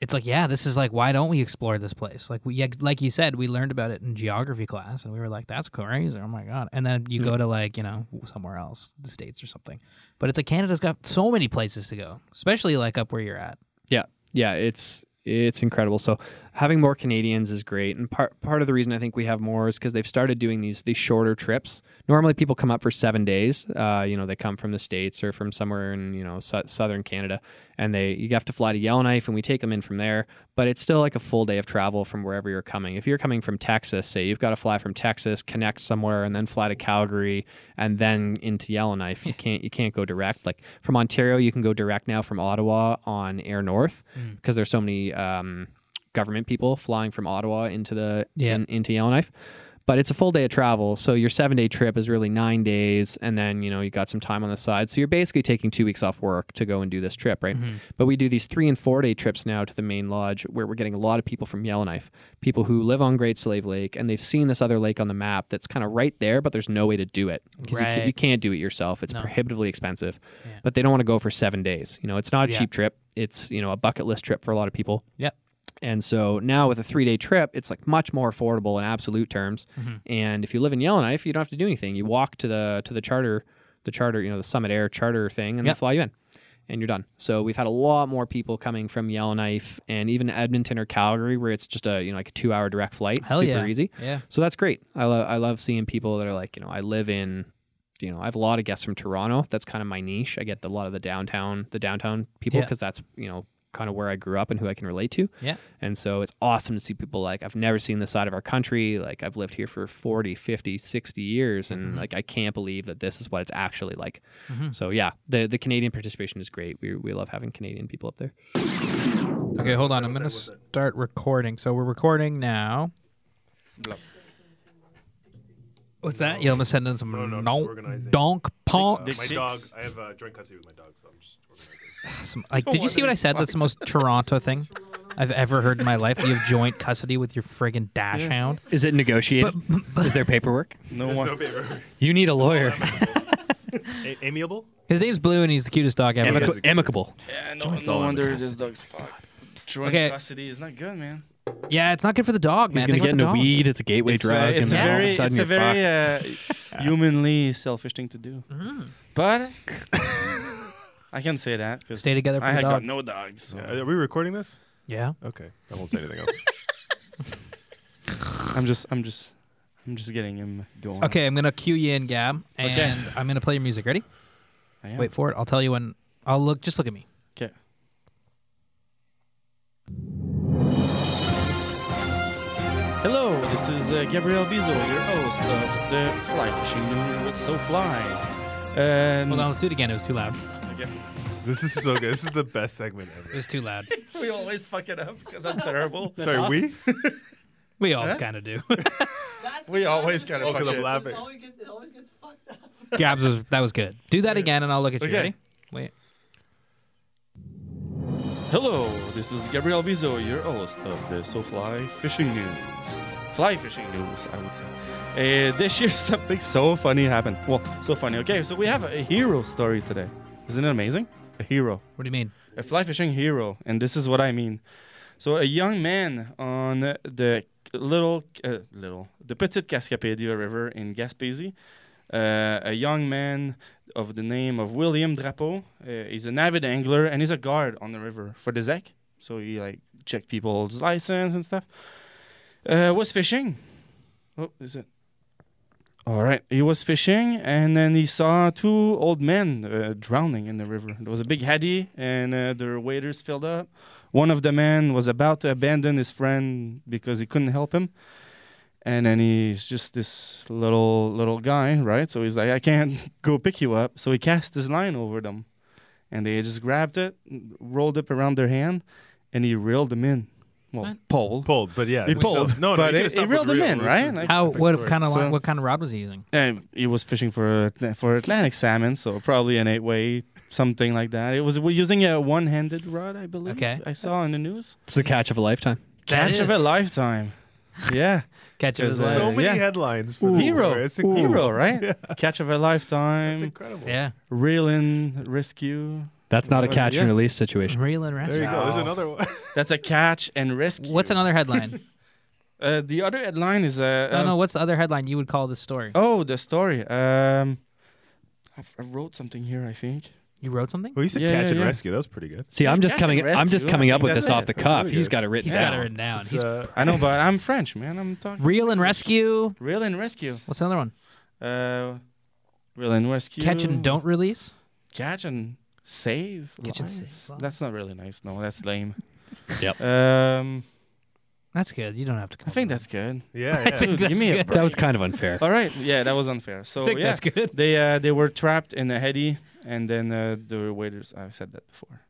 S1: it's like, yeah, this is like, why don't we explore this place? Like we, like you said, we learned about it in geography class, and we were like, that's crazy, oh my god. And then you go to like, you know, somewhere else, the states or something. But it's like Canada's got so many places to go, especially like up where you're at.
S4: Yeah, yeah, it's it's incredible. So having more Canadians is great, and part part of the reason I think we have more is because they've started doing these these shorter trips. Normally, people come up for seven days. Uh, you know, they come from the states or from somewhere in you know sou- southern Canada, and they you have to fly to Yellowknife, and we take them in from there. But it's still like a full day of travel from wherever you're coming. If you're coming from Texas, say you've got to fly from Texas, connect somewhere, and then fly to Calgary, and then into Yellowknife. You can't you can't go direct. Like from Ontario, you can go direct now from Ottawa on Air North because there's so many um, government people flying from Ottawa into the
S1: Yeah.
S4: in- into Yellowknife. But it's a full day of travel, so your seven day trip is really nine days, and then you know you got some time on the side, so you're basically taking two weeks off work to go and do this trip, right?
S1: Mm-hmm.
S4: But we do these three and four day trips now to the main lodge, where we're getting a lot of people from Yellowknife, people who live on Great Slave Lake, and they've seen this other lake on the map that's kind of right there, but there's no way to do it because you,
S1: Right.
S4: ca- you can't do it yourself. It's
S1: No.
S4: prohibitively expensive,
S1: Yeah.
S4: but they don't want to go for seven days. You know, it's not a
S1: Yeah.
S4: cheap trip. It's you know a bucket list trip for a lot of people.
S1: Yep.
S4: And so now with a three day trip, it's like much more affordable in absolute terms.
S1: Mm-hmm.
S4: And if you live in Yellowknife, you don't have to do anything. You walk to the to the charter, the charter, you know, the Summit Air charter thing, and
S1: Yep.
S4: they fly you in, and you're done. So we've had a lot more people coming from Yellowknife and even Edmonton or Calgary, where it's just a you know like a two hour direct flight,
S1: Hell
S4: super
S1: yeah.
S4: easy.
S1: Yeah.
S4: So that's great. I love I love seeing people that are like, you know, I live in you know, I have a lot of guests from Toronto. That's kind of my niche. I get the- a lot of the downtown the downtown people
S1: Yeah.
S4: because that's, you know, kind of where I grew up and who I can relate to.
S1: Yeah.
S4: And so it's awesome to see people like I've never seen this side of our country. Like I've lived here for 40, 50, 60 years and
S1: Mm-hmm.
S4: like I can't believe that this is what it's actually like. So yeah, the the Canadian participation is great. We we love having Canadian people up there.
S1: Okay, hold on. I'm gonna start recording. So we're recording now. What's that? You almost send in some
S3: No, no, just
S1: non-
S3: organizing.
S1: donk
S3: Uh,
S1: punk.
S3: my
S5: Six.
S3: dog. I have uh, joint custody with my dog, so I'm just. Organizing.
S1: Some- like, did you see what I said? That's the most Toronto thing I've ever heard in my life. You have joint custody with your friggin' dash hound.
S4: Is it negotiated? Is there paperwork?
S2: No
S3: There's
S2: one.
S3: no paper.
S4: You need a lawyer.
S3: A- amiable.
S1: His name's Blue, and he's the cutest dog ever.
S3: Amica-
S4: Amica- amicable.
S5: Yeah, no,
S3: Joint's
S5: no
S3: all in
S5: wonder
S3: the
S5: this dog's fucked. Joint
S1: Okay.
S5: custody is not good, man.
S1: Yeah, it's not good for the dog, man.
S4: He's gonna
S1: Think
S4: get into
S1: about the dog.
S4: weed. It's a gateway
S5: It's, uh,
S4: drug.
S5: it's a
S4: and then
S5: very,
S4: all of a sudden
S5: it's a
S4: you're
S5: very
S4: fucked.
S5: uh, humanly selfish thing to do.
S1: Mm-hmm.
S5: But I can say that because
S1: Stay together for
S5: I
S1: the
S5: had
S1: dog.
S5: got no dogs. so
S3: Yeah, are we recording this?
S1: Yeah.
S3: Okay, I won't say anything else.
S5: I'm just, I'm just, I'm just getting him going.
S1: Okay, I'm gonna cue you in, Gab, and I'm gonna play your music. Ready?
S5: I am.
S1: Wait for it. I'll tell you when. I'll look. Just look at me.
S5: Okay. Hello, this is uh, Gabriel Bizo, your host of the Fly Fishing News with So Fly. Um,
S1: Hold on. Let's do it again. It was too loud.
S5: okay.
S3: this is so good. This is the best segment ever.
S1: It was too loud.
S5: We always fuck it up because I'm terrible.
S3: Sorry, we.
S1: We all kind of do.
S5: we always kind of fuck
S3: Because
S5: it
S3: I'm
S5: up.
S3: laughing.
S1: Gabs was that was good. Do that again, and I'll look at you.
S5: Okay.
S1: Ready? Wait.
S5: Hello, this is Gabriel Bizo, your host of the So Fly Fishing News. Fly fishing news, I would say. Uh, this year, something so funny happened. Well, so funny. Okay, so we have a hero story today. Isn't it amazing? A hero.
S1: What do you mean?
S5: a fly fishing hero, and this is what I mean. So a young man on the little, uh, little, the Petite Cascapedia River in Gaspésie, uh, a young man of the name of William Drapeau. Uh, he's an avid angler and he's a guard on the river for the ZEC. So he like checked people's license and stuff. Uh, was fishing. Oh, is it? All right. He was fishing, and then he saw two old men uh, drowning in the river. There was a big eddy, and uh, their waders filled up. One of the men was about to abandon his friend because he couldn't help him, and then he's just this little little guy, right? So he's like, "I can't go pick you up." So he cast his line over them, and they just grabbed it, rolled it around their hand, and he reeled them in. Well, pole.
S3: Pulled, but yeah,
S5: He
S3: we still-
S5: pulled,
S3: No, no,
S5: but it-
S3: you could've stopped
S5: it reeled
S3: with
S5: him
S3: real.
S5: in,
S3: This
S5: right?
S3: is
S5: Like-
S1: How?
S3: epic
S1: What
S3: story.
S1: kind of
S5: So-
S1: line, what kind of rod was he using?
S5: And he was fishing for Atla- for Atlantic salmon, so probably an eight way, something like that. It was we're using a one handed rod, I believe.
S1: Okay.
S5: I saw in the news.
S4: It's the catch of a lifetime.
S1: That
S5: Catch of a
S1: is-
S5: lifetime. Yeah.
S1: Catch it.
S5: There's
S1: was,
S3: So
S1: uh,
S5: like-
S3: many
S5: Yeah.
S3: headlines for this
S5: hero.
S3: story. It's
S5: Hero,
S3: incredible.
S5: right? Mm. Catch of a
S3: It's
S5: lifetime.
S3: incredible.
S1: Yeah.
S5: Reel in rescue.
S4: That's not a
S5: Yeah.
S4: catch and release situation.
S1: Real and
S3: There
S1: rescue.
S3: you go. There's
S5: Wow.
S3: another one.
S5: That's a catch and rescue.
S1: What's another headline?
S5: uh, the other headline is uh,
S1: no,
S5: uh,
S1: no. What's the other headline you would call this story?
S5: Oh, the story. Um I I wrote something here, I think.
S1: You wrote something?
S3: Well, you said
S5: Yeah,
S3: catch
S5: yeah,
S3: and
S5: yeah.
S3: rescue. That was pretty good.
S4: See, I'm just
S5: catch
S4: coming.
S5: and
S4: I'm just
S5: rescue.
S4: coming
S5: I
S4: up
S5: think
S4: with this
S5: that's
S4: off
S5: it.
S4: the
S3: That's
S4: cuff.
S3: really
S4: He's
S3: good.
S4: got it written
S1: He's
S4: down.
S1: got it written down.
S3: It's,
S1: He's
S3: uh,
S5: I know, but I'm French, man. I'm talking
S1: real and rescue.
S5: reel in rescue.
S1: What's another one?
S5: Uh, reel and rescue.
S1: Catch and don't release.
S5: Catch and save.
S1: Catch and
S5: lives.
S1: save lives.
S5: That's not really nice. No, that's lame.
S4: Yep.
S5: Um,
S1: That's good. You don't have to. Come
S5: I think that's good.
S3: yeah, yeah.
S5: Dude, give
S1: that's
S5: me a
S1: good.
S5: break.
S4: That was kind of unfair.
S5: All right. Yeah, that was unfair. So
S1: I think
S5: yeah,
S1: that's good.
S5: they uh, they were trapped in a heady, and then uh, the waiters. I've said that before.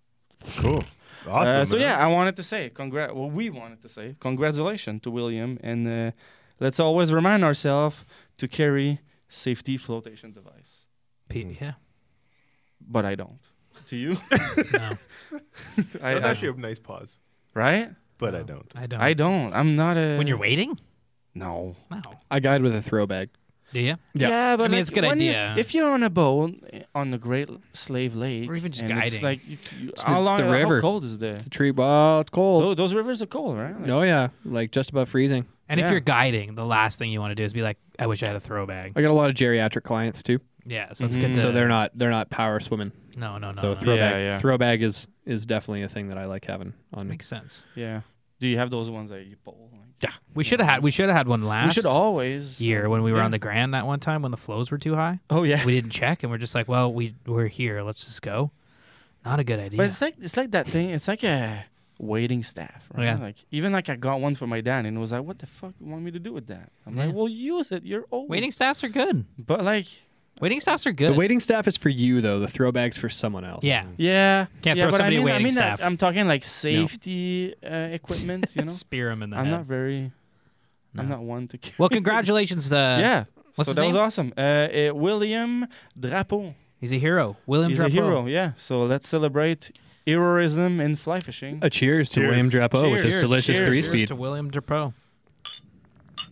S3: cool.
S5: Uh,
S3: Awesome.
S5: so
S3: man.
S5: yeah, I wanted to say congrat. Well, we wanted to say congratulations to William, and uh, let's always remind ourselves to carry safety flotation device.
S1: Pete, yeah.
S5: But I don't. Do you?
S1: No,
S5: I,
S3: that was
S5: I-
S3: actually a nice pause,
S5: right.
S3: but I don't.
S1: I don't.
S5: Oh. I don't. I'm not a.
S1: when you're waiting.
S5: No.
S1: No.
S4: I guide with a throw bag.
S1: Do you?
S4: Yeah.
S5: but
S1: I mean, it's a good
S5: when you-
S1: idea.
S5: if you're on a boat on the Great Slave Lake,
S1: Or even just
S5: and
S1: guiding.
S5: It's like if you,
S4: It's-
S5: how
S4: it's
S5: long?
S4: the river.
S5: How cold is there?
S4: It's a tree. Well, it's cold.
S5: Those, those rivers are cold, right? Like,
S4: Oh yeah, like just about freezing.
S1: And if
S5: Yeah.
S1: you're guiding, the last thing you want to do is be like, "I wish I had a throw bag."
S4: I got a lot of geriatric clients too,
S1: Yeah. So it's
S5: Mhm.
S1: good. To,
S4: so they're not they're not power swimming.
S1: No, no, no.
S4: so
S1: no, no.
S4: throw
S5: Yeah,
S4: bag
S5: yeah.
S4: throw bag is is definitely a thing that I like having on me.
S1: Makes sense.
S5: Yeah. Do you have those ones that you pull? Like,
S1: We should have had. We should have had one last.
S5: we should always.
S1: year when we were
S5: Yeah.
S1: on the Grand that one time when the flows were too high.
S5: Oh yeah.
S1: We didn't check, and we're just like, "Well, we we're here. Let's just go." Not a good idea.
S5: But it's like it's like that thing. It's like a waiting staff, right?
S1: Yeah.
S5: Like even like I got one for my dad, and it was like, what the fuck you want me to do with that? I'm
S1: Yeah.
S5: like, well, use it. You're old.
S1: Waiting staffs are good.
S5: But like,
S1: Waiting staffs are good.
S4: The waiting staff is for you though. The throwback's for someone else.
S1: yeah.
S5: Yeah.
S1: Can't
S5: yeah,
S1: throw
S5: but
S1: somebody
S5: I mean,
S1: away
S5: I
S1: in
S5: mean,
S1: staff.
S5: I, am talking like safety uh, equipment. You know,
S1: Spear him in the
S5: I'm
S1: head.
S5: not very. I'm
S1: No.
S5: not one to. Care.
S1: Well, congratulations. Uh,
S5: yeah.
S1: what's
S5: so
S1: his
S5: that was
S1: name?
S5: awesome. Uh, uh, William Drapeau.
S1: He's a hero. William
S5: He's
S1: Drapeau.
S5: a hero. Yeah. So let's celebrate heroism in fly fishing.
S1: Uh,
S4: A cheers to
S3: Cheers.
S4: William Drapeau with his
S5: Cheers.
S4: delicious
S5: Cheers.
S4: three
S1: Cheers
S4: speed.
S1: to William Drapeau.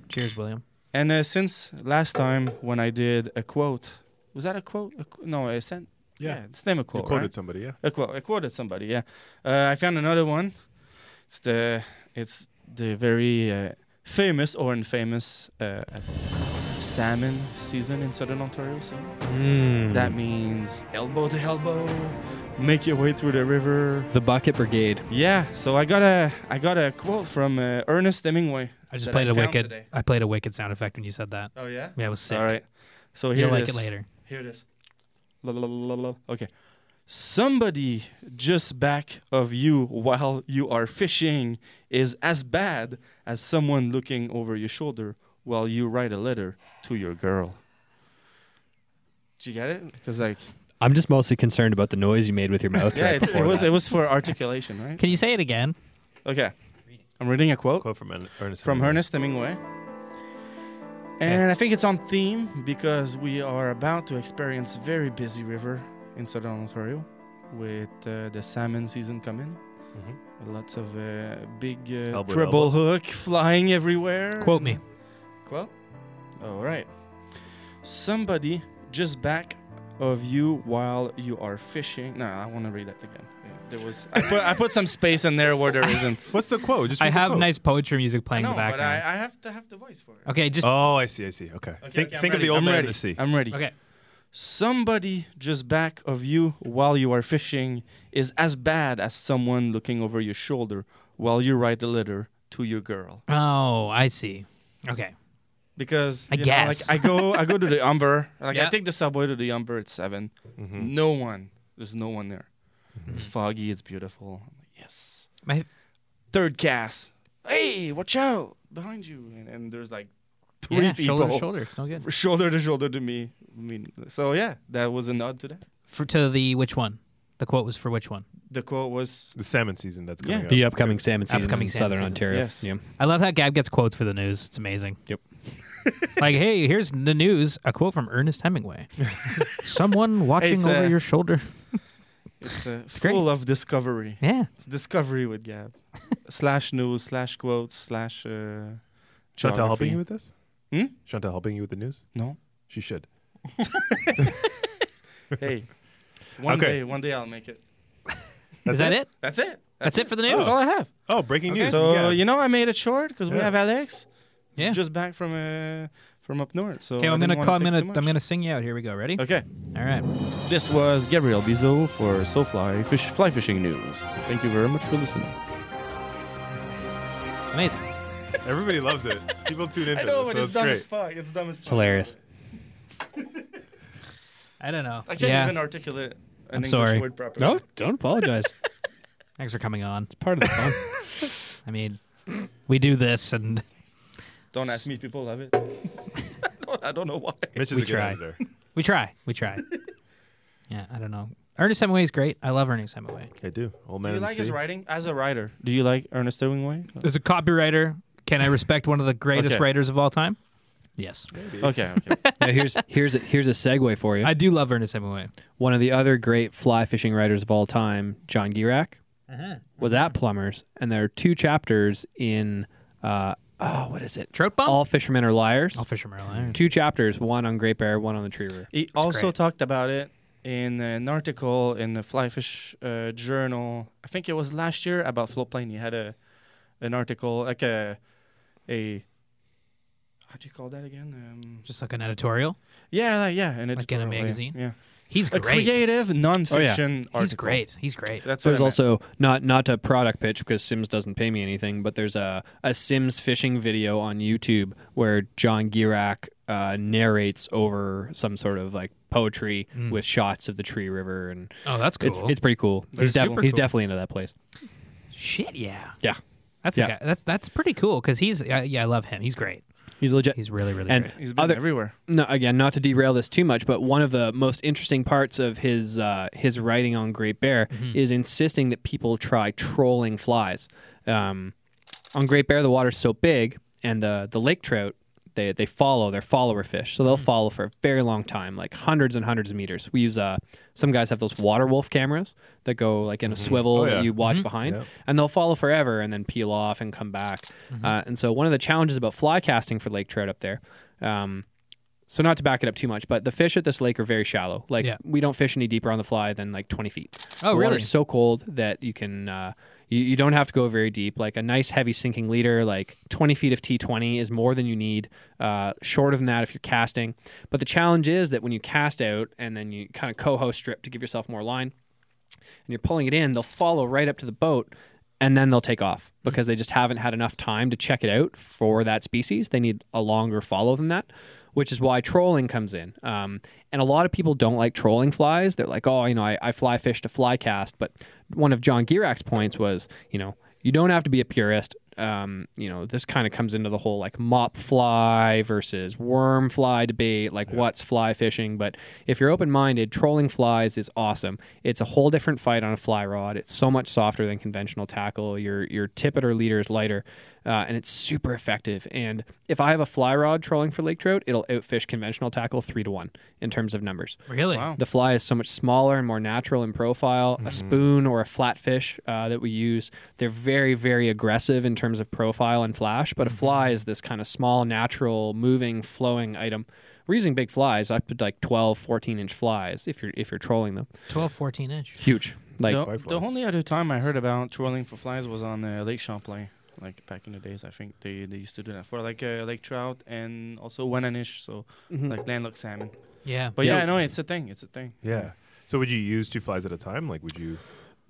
S1: Cheers, William.
S5: And uh, since last time when I did a quote, was that a quote? A qu- no, a sent.
S3: Yeah.
S5: it's name a
S3: You
S5: quote.
S3: quoted
S5: right?
S3: somebody, yeah.
S5: A quote. I quoted somebody. Yeah. Uh, I found another one. It's the it's the very uh, famous or infamous uh, salmon season in southern Ontario. So
S4: Mm.
S1: Hmm.
S5: that means elbow to elbow, make your way through the river.
S4: the Bucket Brigade.
S5: Yeah. So I got a I got a quote from uh, Ernest Hemingway.
S1: I just
S5: that
S1: played
S5: I
S1: a
S5: found
S1: wicked.
S5: today.
S1: I played a wicked sound effect when you said that.
S5: Oh yeah.
S1: Yeah, it was sick.
S5: All right. So here
S1: You'll
S5: it
S1: like
S5: is.
S1: it later.
S5: Here it is. La, la, la, la, la. Okay. Somebody just back of you while you are fishing is as bad as someone looking over your shoulder while you write a letter to your girl. Do you get it? Because like,
S4: I'm just mostly concerned about the noise you made with your mouth.
S5: yeah,
S4: right
S5: it's, it
S4: before
S5: was
S4: that.
S5: it was for articulation, right?
S1: Can you say it again?
S5: Okay, I'm reading a quote.
S3: Quote from Ern- Ernest.
S5: Oh. from
S3: Hemingway.
S5: Ernest Hemingway. And I think it's on theme because we are about to experience very busy river in southern Ontario with uh, the salmon season coming.
S3: Mhm.
S5: Lots of uh, big uh,
S3: Elbow to
S5: treble
S3: elbow.
S5: hook flying everywhere.
S1: Quote me.
S5: Quote? All right. Somebody just back of you while you are fishing. No, I want to read that again. There was I put, I put some space in there where there isn't.
S3: What's the quote? Just
S1: I
S3: read the
S1: have
S3: quote.
S1: nice poetry music playing
S5: Oh. I
S1: in the
S5: know, but
S1: background.
S5: I, I have to have the voice for it.
S1: okay, just
S3: Oh, I see. I see. Okay. think
S5: okay, I'm
S3: think of
S5: ready,
S3: the old
S5: I'm
S3: man
S5: ready.
S3: in the sea.
S5: I'm ready.
S1: okay.
S5: Somebody just back of you while you are fishing is as bad as someone looking over your shoulder while you write a letter to your girl.
S1: Oh, I see. Okay.
S5: Because
S1: I
S5: you know,
S1: guess.
S5: like I go, I go to the Umber. Like
S1: Yeah.
S5: I take the subway to the Umber at 7
S3: Mhm.
S5: No one. There's no one there. It's foggy. It's beautiful. I'm like, yes.
S1: Mm-hmm. My-
S5: Third cast. Hey, watch out behind you! And, and there's like three
S1: yeah,
S5: people
S1: shoulder to shoulder. It's no good.
S5: shoulder to shoulder to me. I mean, so yeah, that was a nod to that.
S1: For to the which one? The quote was for which one?
S5: The quote was
S3: The salmon season that's
S5: Yeah.
S3: coming up.
S4: the upcoming salmon season
S1: Upcoming
S4: in
S1: salmon
S4: southern
S1: season,
S4: Ontario.
S5: yes.
S4: Yeah.
S1: I love how Gab gets quotes for the news. It's amazing.
S4: Yep.
S1: like, hey, here's the news. A quote from Ernest Hemingway. Someone watching
S5: It's,
S1: over
S5: uh,
S1: your shoulder.
S5: It's, uh,
S1: great.
S5: full of discovery.
S1: Yeah.
S5: It's discovery with Gab. slash news, slash quotes, slash. Uh,
S3: Chantal
S5: geography.
S3: helping you with this?
S5: Hmm?
S3: Chantal helping you with the news?
S5: No.
S3: She should.
S5: Hey. One
S3: Okay.
S5: day, one day I'll make it.
S3: That's
S1: Is that it?
S5: That's it.
S1: That's it for the news?
S5: That's all I have.
S3: Oh, breaking news.
S5: So
S3: yeah.
S5: you know I made it short because we
S3: Yeah.
S5: have Alex. He's
S1: Yeah.
S5: just back from uh, from up north. So
S1: Okay,
S5: I
S1: I'm
S5: didn't
S1: gonna
S5: wanna
S1: call. I'm
S5: take
S1: gonna.
S5: too much.
S1: I'm gonna sing you out. Here we go. Ready?
S5: Okay.
S1: All right.
S5: This was Gabriel Bizot for SoFly Fish Fly Fishing News. Thank you very much for listening.
S1: Amazing.
S3: Everybody loves it. People tune in for this. so great.
S5: fuck. It's dumb as fuck.
S4: It's hilarious.
S1: I don't know.
S5: I can't
S1: yeah.
S5: even articulate an English
S1: sorry.
S5: word properly.
S4: No, don't apologize.
S1: Thanks for coming on.
S4: Part of the fun.
S1: I mean, we do this, and
S5: Don't ask me. People love it. I don't know why.
S3: Mitch is
S1: We
S3: a good
S1: try.
S3: editor.
S1: we try. We try. yeah. I don't know. Ernest Hemingway is great. I love Ernest Hemingway.
S3: I do. Old man
S5: Do you
S3: in
S5: like
S3: the
S5: his
S3: sea.
S5: writing as a writer? Do you like Ernest Hemingway?
S1: As a copywriter, can I respect one of the greatest
S5: Okay.
S1: writers of all time? Yes.
S5: Okay. okay.
S4: Now here's here's a, here's a segue for you.
S1: I do love Ernest Hemingway.
S4: One of the other great fly fishing writers of all time, John Girac, was at Plumbers, and there are two chapters in uh, oh, what is it?
S1: Trout bomb.
S4: All fishermen are liars.
S1: All Fisher Merlin.
S4: Two chapters, one on Great Bear, one on the Tree River.
S5: He also
S1: great.
S5: talked about it in an article in the Flyfish uh, Journal. I think it was last year about floatplane. He had a an article like a a how do you call that again? Um,
S1: Just like an editorial.
S5: yeah, like, yeah, an
S1: Like in a
S5: editorial, yeah,
S1: magazine?
S5: Yeah,
S1: He's
S5: a
S1: great. Oh,
S5: creative non-fiction article.
S1: He's great. He's great.
S5: That's what
S4: There's
S5: I meant.
S4: also not not a product pitch because Sims doesn't pay me anything, but there's a, a Sims fishing video on YouTube where John Girac uh, narrates over some sort of like poetry with shots of the Tree River, and
S1: Oh, that's Hmm. cool.
S4: it's it's pretty cool. he's
S1: super
S4: def- he's
S1: cool.
S4: definitely into that place.
S1: Shit, yeah.
S4: Yeah,
S1: That's
S4: Yeah.
S1: a guy, that's that's pretty cool because he's uh, yeah I love him he's great
S4: He's legit.
S1: He's really, really
S4: and
S1: great.
S5: He's been
S4: other
S5: everywhere.
S4: no, again, not to derail this too much, but one of the most interesting parts of his uh, his writing on Great Bear
S3: Mm-hmm.
S4: is insisting that people try trolling flies. Um, on Great Bear, the water's so big, and the the lake trout they they follow. They're follower fish, so they'll
S3: Mm-hmm.
S4: follow for a very long time, like hundreds and hundreds of meters. We use uh, some guys have those water wolf cameras that go like in a swivel
S3: Oh, yeah.
S4: that you watch behind,
S3: Yeah.
S4: and they'll follow forever and then peel off and come back.
S3: Mm-hmm.
S4: Uh, and so one of the challenges about fly casting for lake trout up there. Um, so not to back it up too much, but the fish at this lake are very shallow. Like
S1: Yeah.
S4: we don't fish any deeper on the fly than like 20 feet.
S1: Oh,
S4: the
S1: really?
S4: Water's so cold that you can uh, you, you don't have to go very deep. Like a nice heavy sinking leader, like 20 feet of T20 is more than you need. Uh, shorter than that if you're casting. But the challenge is that when you cast out and then you kind of coho strip to give yourself more line, and you're pulling it in, they'll follow right up to the boat and then they'll take off because they just haven't had enough time to check it out for that species. They need a longer follow than that, which is why trolling comes in. Um, and a lot of people don't like trolling flies. They're like, oh, you know, I, I fly fish to fly cast. But one of John Gierak's points was, you know, you don't have to be a purist. Um, you know, this kind of comes into the whole like mop fly versus worm fly debate, like what's fly fishing. But if you're open minded, trolling flies is awesome. It's a whole different fight on a fly rod. It's so much softer than conventional tackle. Your your tippet or leader is lighter, uh, and it's super effective. And if I have a fly rod trolling for lake trout, it'll outfish conventional tackle three to one in terms of numbers.
S1: really?
S5: Wow.
S4: The fly is so much smaller and more natural in profile. A spoon or a flatfish uh, that we use, they're very, very aggressive in terms of profile and flash. But a fly is this kind of small, natural, moving, flowing item. We're using big flies, up to like 12, 14 inch flies if you're if you're trolling them.
S1: 12, 14 inch.
S4: Huge. Like
S5: the,
S3: bifrost.
S5: the only other time I heard about trolling for flies was on uh, Lake Champlain. Like back in the days, I think they, they used to do that for like uh, lake trout and also wananish, so like landlocked salmon.
S1: Yeah.
S5: But
S4: So-
S5: Mm-hmm. yeah, no, it's a thing. It's a thing.
S3: Yeah. So would you use two flies at a time? Like, would you?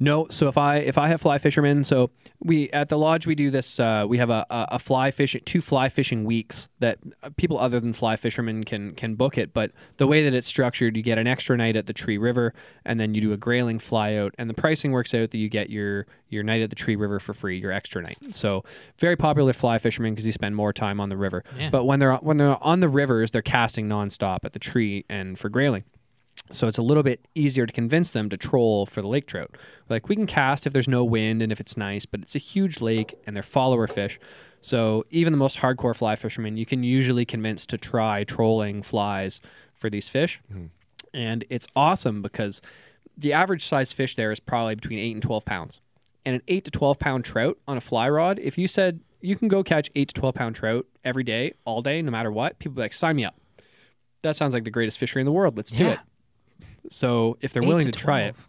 S4: No, so if I if I have fly fishermen, so we at the lodge we do this. Uh, we have a, a, a fly fish two fly fishing weeks that uh, people other than fly fishermen can can book it. But the way that it's structured, you get an extra night at the Tree River, and then you do a grailing fly out, and the pricing works out that you get your your night at the Tree River for free, your extra night. So very popular fly fishermen because you spend more time on the river.
S1: Yeah.
S4: But when they're when they're on the rivers, they're casting nonstop at the tree and for grailing. So it's a little bit easier to convince them to troll for the lake trout. Like we can cast if there's no wind and if it's nice, but it's a huge lake and they're follower fish. So even the most hardcore fly fishermen, you can usually convince to try trolling flies for these fish. And it's awesome because the average size fish there is probably between 8 and 12 pounds. And an 8 to 12 pound trout on a fly rod, if you said you can go catch 8 to 12 pound trout every day, all day, no matter what, people would be like, sign me up. That sounds like the greatest fishery in the world. Let's do
S1: Yeah.
S4: it. So if they're
S1: Eight
S4: willing to, try it,
S1: 12.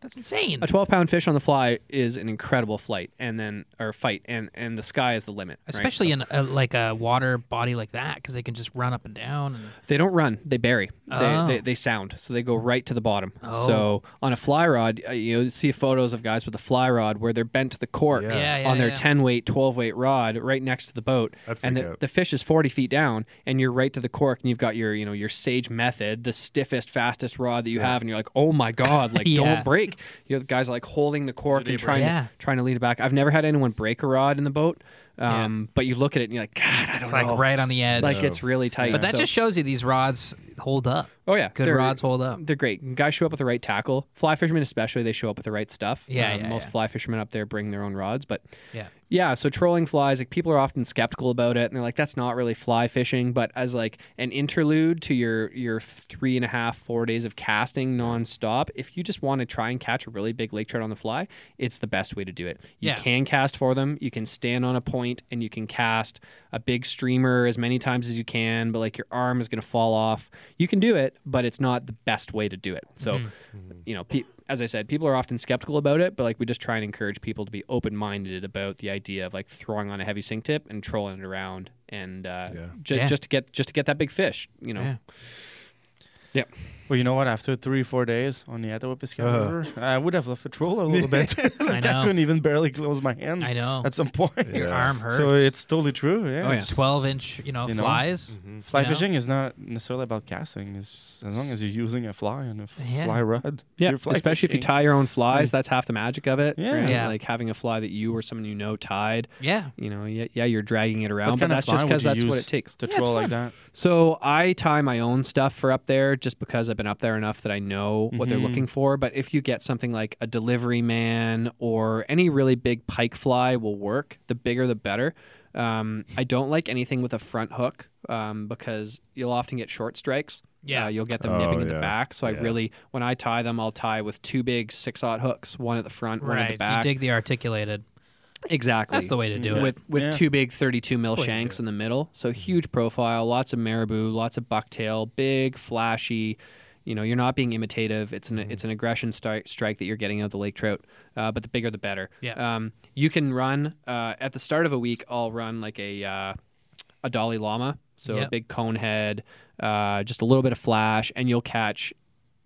S1: That's insane.
S4: a 12 pound fish on the fly is an incredible flight and then or fight and and the sky is the limit. right?
S1: Especially in a, like a water body like that, because they can just run up and down. And,
S4: They don't run; they bury.
S1: Oh.
S4: They, they, they sound, so they go right to the bottom.
S1: Oh.
S4: So on a fly rod, uh, you know, see photos of guys with a fly rod where they're bent to the cork
S3: Yeah.
S1: Yeah, yeah,
S4: on their
S1: yeah.
S4: ten weight, twelve weight rod right next to the boat,
S3: I'd
S4: and
S3: freak
S4: the,
S3: out.
S4: the fish is forty feet down, and you're right to the cork, and you've got your you know your sage method, the stiffest, fastest rod that you have, and you're like, oh my god, like
S1: Yeah.
S4: don't break. You know, the guys are like holding the cork and trying
S1: Yeah.
S4: to, trying to lean it back. I've never had anyone break a rod in the boat, um, but you look at it and you're like, God, I don't
S1: it's
S4: know.
S1: like right on the edge.
S4: Like it's really tight.
S1: but that
S4: So-
S1: just shows you these rods hold up.
S4: oh yeah,
S1: Good
S4: they're-
S1: rods hold up.
S4: they're great. Guys show up with the right tackle. Fly fishermen, especially, they show up with the right stuff. Um,
S1: Yeah, yeah,
S4: most
S1: yeah.
S4: fly fishermen up there bring their own rods, but
S1: Yeah.
S4: yeah. So trolling flies, like people are often skeptical about it, and they're like, "That's not really fly fishing." But as like an interlude to your your three and a half, four days of casting nonstop, if you just want to try and catch a really big lake trout on the fly, it's the best way to do it. You
S1: Yeah.
S4: can cast for them. You can stand on a point and you can cast a big streamer as many times as you can, but like your arm is going to fall off. You can do it, but it's not the best way to do it. So,
S5: Mm-hmm.
S4: you know, pe- as I said, people are often skeptical about it, but like we just try and encourage people to be open minded about the idea of like throwing on a heavy sink tip and trolling it around and uh,
S3: Yeah.
S4: ju-
S1: Yeah.
S4: just to get just to get that big fish, you know.
S1: Yeah.
S4: Yep.
S5: But you know what? After three, four days on the Attawapiskat
S3: Uh.
S5: River, I would have left the troll a little bit.
S1: I
S5: Uh-huh. like, I
S1: know.
S5: couldn't even barely close my hand
S1: I know.
S5: at some point.
S3: Yeah.
S1: Your arm hurts.
S5: Hmm. So it's totally true. Yeah.
S4: Oh, yeah.
S1: twelve inch, you know,
S5: You know?
S1: flies.
S3: Mhm.
S5: Fly
S1: you know?
S5: fishing is not necessarily about casting. It's just as long as you're using a fly and a f-
S1: Yeah.
S5: fly rod.
S4: Yeah,
S5: you're fly
S4: especially if you
S5: fishing.
S4: tie your own flies, that's half the magic of it.
S5: Yeah.
S4: right?
S1: Yeah.
S4: like having a fly that you or someone you know tied.
S1: Yeah.
S4: You know, yeah, yeah you're dragging it around, but
S5: kind of
S4: that's just
S5: fly would
S4: because
S5: you
S4: that's what
S5: use
S4: it takes.
S5: to
S1: Yeah, it's
S5: troll like
S1: fun.
S5: that.
S4: So I tie my own stuff for up there just because I've been up there enough that I know what they're
S5: Mhm.
S4: looking for. But if you get something like a delivery man or any really big pike fly will work, the bigger the better. Um, I don't like anything with a front hook um, because you'll often get short strikes.
S1: Yeah.
S4: Uh, you'll get them
S3: Oh,
S4: nipping at the
S3: yeah.
S4: back. So I
S3: Yeah.
S4: really, when I tie them, I'll tie with two big six aught hooks, one at the front, one at the
S1: Right. So you
S4: back.
S1: dig the articulated.
S4: exactly.
S1: That's the way to do it. Mm-hmm.
S4: with with
S5: Yeah.
S4: two big 32 mil
S1: That's what you
S4: shanks in the middle. So huge profile, lots of marabou, lots of bucktail, big, flashy. You know, you're not being imitative. It's an
S1: Mm-hmm.
S4: it's an aggression stri- strike that you're getting out of the lake trout. Uh, but the bigger, the better.
S1: Yeah.
S4: Um, you can run uh, at the start of a week. I'll run like a uh, a Dalai Lama, so a
S1: Yep.
S4: big cone head, uh, just a little bit of flash, and you'll catch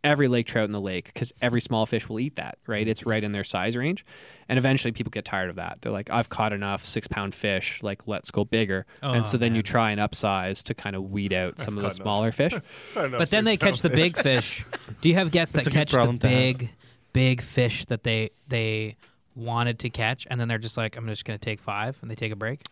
S4: every lake trout in the lake because every small fish will eat that,
S3: Mm-hmm.
S4: right? It's right in their size range. And eventually people get tired of that. They're like, I've caught enough six pound fish, like, let's go bigger.
S1: Oh,
S4: and so then you try and upsize to kind of weed out some of the
S3: caught enough.
S4: smaller fish.
S3: I know,
S1: But then they
S3: six
S1: catch the
S3: pound fish.
S1: big fish. Do you have guests
S5: That's
S1: that
S5: a good
S1: catch the
S5: problem to have.
S1: big, big fish that they they wanted to catch, and then they're just like, I'm just gonna take five, and they take a break.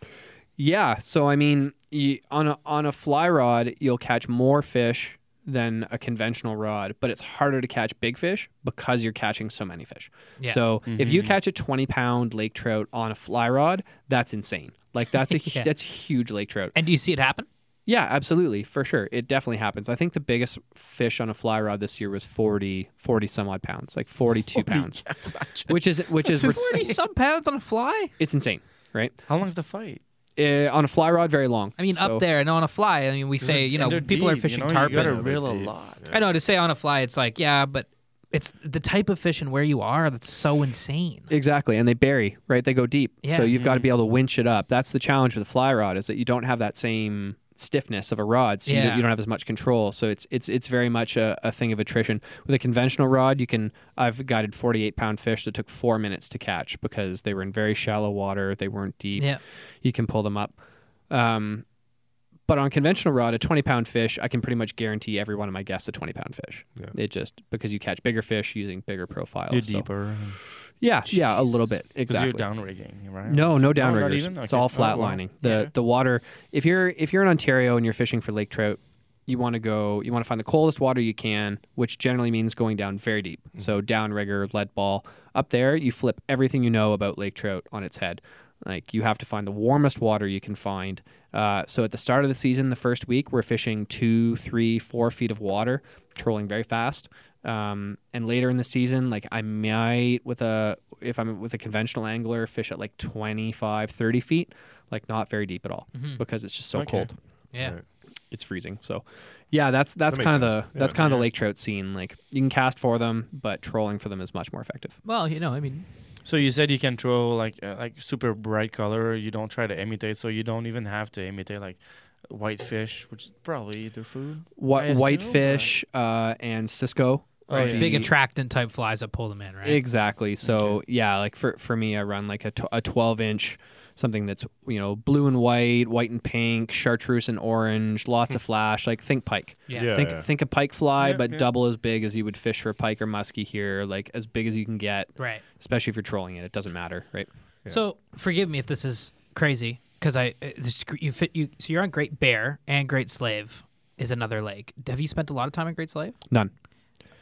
S4: Yeah. So, I mean, you, on, a, on a fly rod, you'll catch more fish than a conventional rod, but it's harder to catch big fish because you're catching so many fish.
S1: Yeah.
S4: So if you catch a 20 pound lake trout on a fly rod, that's insane. Like that's a hu
S1: Yeah.
S4: that's a huge lake trout.
S1: And do you see it happen?
S4: Yeah, absolutely, for sure. It definitely happens. I think the biggest fish on a fly rod this year was 40, 40 some odd pounds, like 42 pounds, which is which is
S1: Forty
S4: it's,
S1: some pounds on a fly.
S4: it's insane, right?
S5: How long's the fight?
S4: Uh, on a fly rod, very long.
S1: I mean,
S4: So-
S1: up there and on a fly. I mean, we say you know
S5: And they're
S1: people are
S5: deep,
S1: fishing
S5: you know,
S1: tarpon.
S5: You gotta
S3: Yeah, they're
S5: reel a
S3: deep.
S5: lot.
S1: I know to say on a fly, it's like yeah, but it's the type of fish and where you are that's so insane.
S4: Exactly, and they bury, right? They go deep.
S1: Yeah.
S4: So you've got to be able to winch it up. That's the challenge with a fly rod is that you don't have that same stiffness of a rod, so you don't-
S1: Yeah.
S4: you, don't have as much control. So it's it's it's very much a, a thing of attrition. With a conventional rod, you can I've guided 48 pound fish that took four minutes to catch because they were in very shallow water, they weren't deep.
S1: Yeah.
S4: You can pull them up. Um, but on conventional rod, a 20 pound fish, I can pretty much guarantee every one of my guests a 20 pound fish.
S3: Yeah.
S4: It just because you catch bigger fish using bigger profiles.
S5: You're
S4: so-
S5: deeper
S4: Yeah, yeah, a little bit.
S5: because
S4: Exactly.
S5: you're downrigging, right?
S4: No, no
S5: not
S4: downriggers.
S5: even?
S4: It's
S5: Okay.
S4: all
S5: Oh, wow.
S4: flatlining. The
S5: Okay.
S4: the water. If you're if you're in Ontario and you're fishing for lake trout, you want to go. You want to find the coldest water you can, which generally means going down very deep.
S5: Mm-hmm.
S4: So downrigger, lead ball. Up there, you flip everything you know about lake trout on its head. Like you have to find the warmest water you can find. Uh, so at the start of the season, the first week, we're fishing two, three, four feet of water, trolling very fast. Um, and later in the season, like I might with a if I'm with a conventional angler, fish at like 25, 30 feet, like not very deep at all because it's just so
S5: Okay.
S4: cold.
S1: Yeah.
S3: Right.
S4: It's freezing. So yeah, that's that's
S3: That makes
S4: kind of
S3: sense.
S4: the
S3: Yeah.
S4: that's kind of the lake trout scene. Like you can cast for them, but trolling for them is much more effective.
S1: Well, you know, I mean,
S5: So you said you can throw like uh, like super bright color. You don't try to imitate, so you don't even have to imitate like white fish, which is probably their food. I
S4: Wh-
S5: assume,
S4: whitefish uh, and Cisco. are
S5: Right.
S4: the-
S1: big attractant type flies that pull them in, right?
S4: Exactly. So yeah, like for for me, I run like a, tw- a twelve inch something that's you know blue and white, white and pink, chartreuse and orange, lots of flash. Like think pike.
S1: Yeah.
S3: Yeah,
S4: think
S3: yeah.
S4: think a pike fly,
S5: Yeah,
S4: but
S5: yeah.
S4: double as big as you would fish for pike or muskie here. Like as big as you can get,
S1: Right.
S4: especially if you're trolling it. It doesn't matter, right?
S1: So forgive me if this is crazy because I uh, this, you fit you. So you're on Great Bear and Great Slave is another lake. Have you spent a lot of time at Great Slave?
S4: None.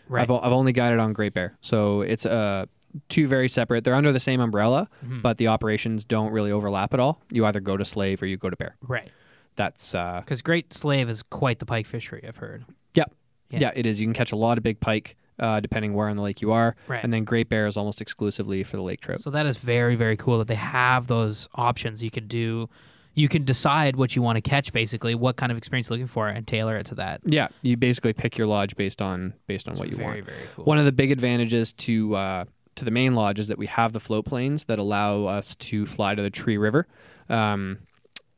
S1: Right.
S4: I've, o- I've only guided on Great Bear. So it's uh, two very separate. They're under the same umbrella, but the operations don't really overlap at all. You either go to Slave or you go to Bear.
S1: Right.
S4: That's uh,
S1: Because Great Slave is quite the pike fishery. I've heard.
S4: Yeah.
S1: Yeah.
S4: yeah, it is. You can catch a lot of big pike, uh, depending where on the lake you are.
S1: Right.
S4: And then Great Bear is almost exclusively for the lake trout.
S1: So that is very very cool that they have those options. You could do. You can decide what you want to catch, basically, what kind of experience you're looking for, and tailor it to that.
S4: yeah, you basically pick your lodge based on based on what you
S1: very
S4: want.
S1: very cool.
S4: One of the big advantages to uh, to the main lodge is that we have the float planes that allow us to fly to the Tree River. Um,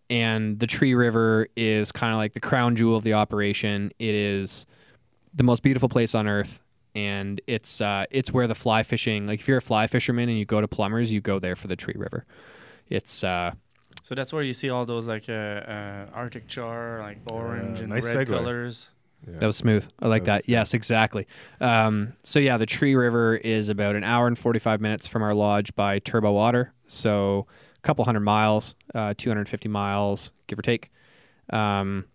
S4: and the Tree River is kind of like the crown jewel of the operation. It is the most beautiful place on earth, and it's uh, it's where the fly fishing. Like if you're a fly fisherman and you go to Plumbers, you go there for the Tree River. It's uh,
S5: So that's where you see all those like uh, uh, Arctic char, like orange
S3: Yeah,
S5: and
S3: Uh, nice
S5: red
S3: segue.
S5: colors.
S4: That was smooth. I like
S3: That was-
S4: that. Yes, exactly. Um, so yeah, the Tree River is about an hour and forty-five minutes from our lodge by Turbo Water. So a couple hundred miles, uh, two hundred fifty miles, give or take. Um,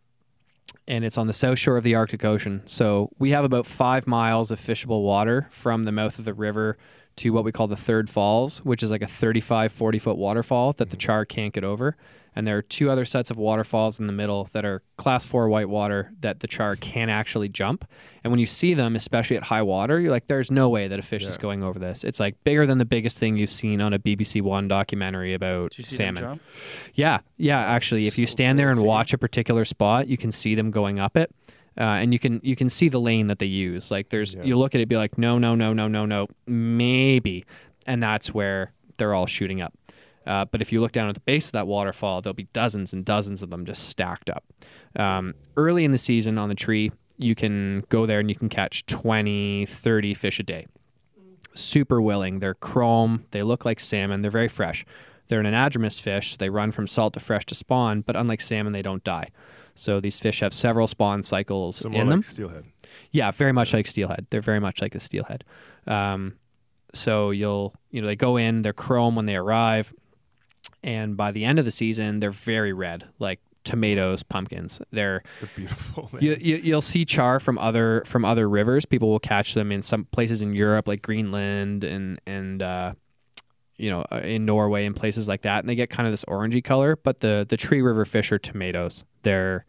S4: and it's on the south shore of the Arctic Ocean. So we have about five miles of fishable water from the mouth of the river to what we call the Third Falls, which is like a 35, 40 foot waterfall that the char can't get over. And there are two other sets of waterfalls in the middle that are class four whitewater that the char can actually jump. And when you see them, especially at high water, you're like, there's no way that a fish is going over this. It's like bigger than the biggest thing you've seen on a BBC One documentary about
S5: Did you see them
S4: salmon.
S5: jump?
S4: Yeah, yeah. Actually, if you
S5: So
S4: stand there
S5: cool
S4: and
S5: to see.
S4: watch a particular spot, you can see them going up it, uh, and you can you can see the lane that they use. Like there's,
S3: Yeah.
S4: you look at it, be like, no, no, no, no, no, no, maybe, and that's where they're all shooting up. Uh, but if you look down at the base of that waterfall, there'll be dozens and dozens of them just stacked up. Um, early in the season on the tree, you can go there and you can catch 20, 30 fish a day super willing. They're chrome. They look like salmon. They're very fresh. They're an anadromous fish. So they run from salt to fresh to spawn, but unlike salmon, they don't die. So these fish have several spawn cycles
S3: So more
S4: in
S3: like
S4: them.
S3: steelhead.
S4: Yeah, very much like steelhead. They're very much like a steelhead. Um, so you'll you know they go in. They're chrome when they arrive, and by the end of the season, they're very red, like tomatoes, pumpkins. They're
S3: They're beautiful. Man.
S4: you, you, you'll see char from other from other rivers. People will catch them in some places in Europe, like Greenland and and uh, you know uh, in Norway and places like that, and they get kind of this orangey color. But the the tree river fish are tomatoes. They're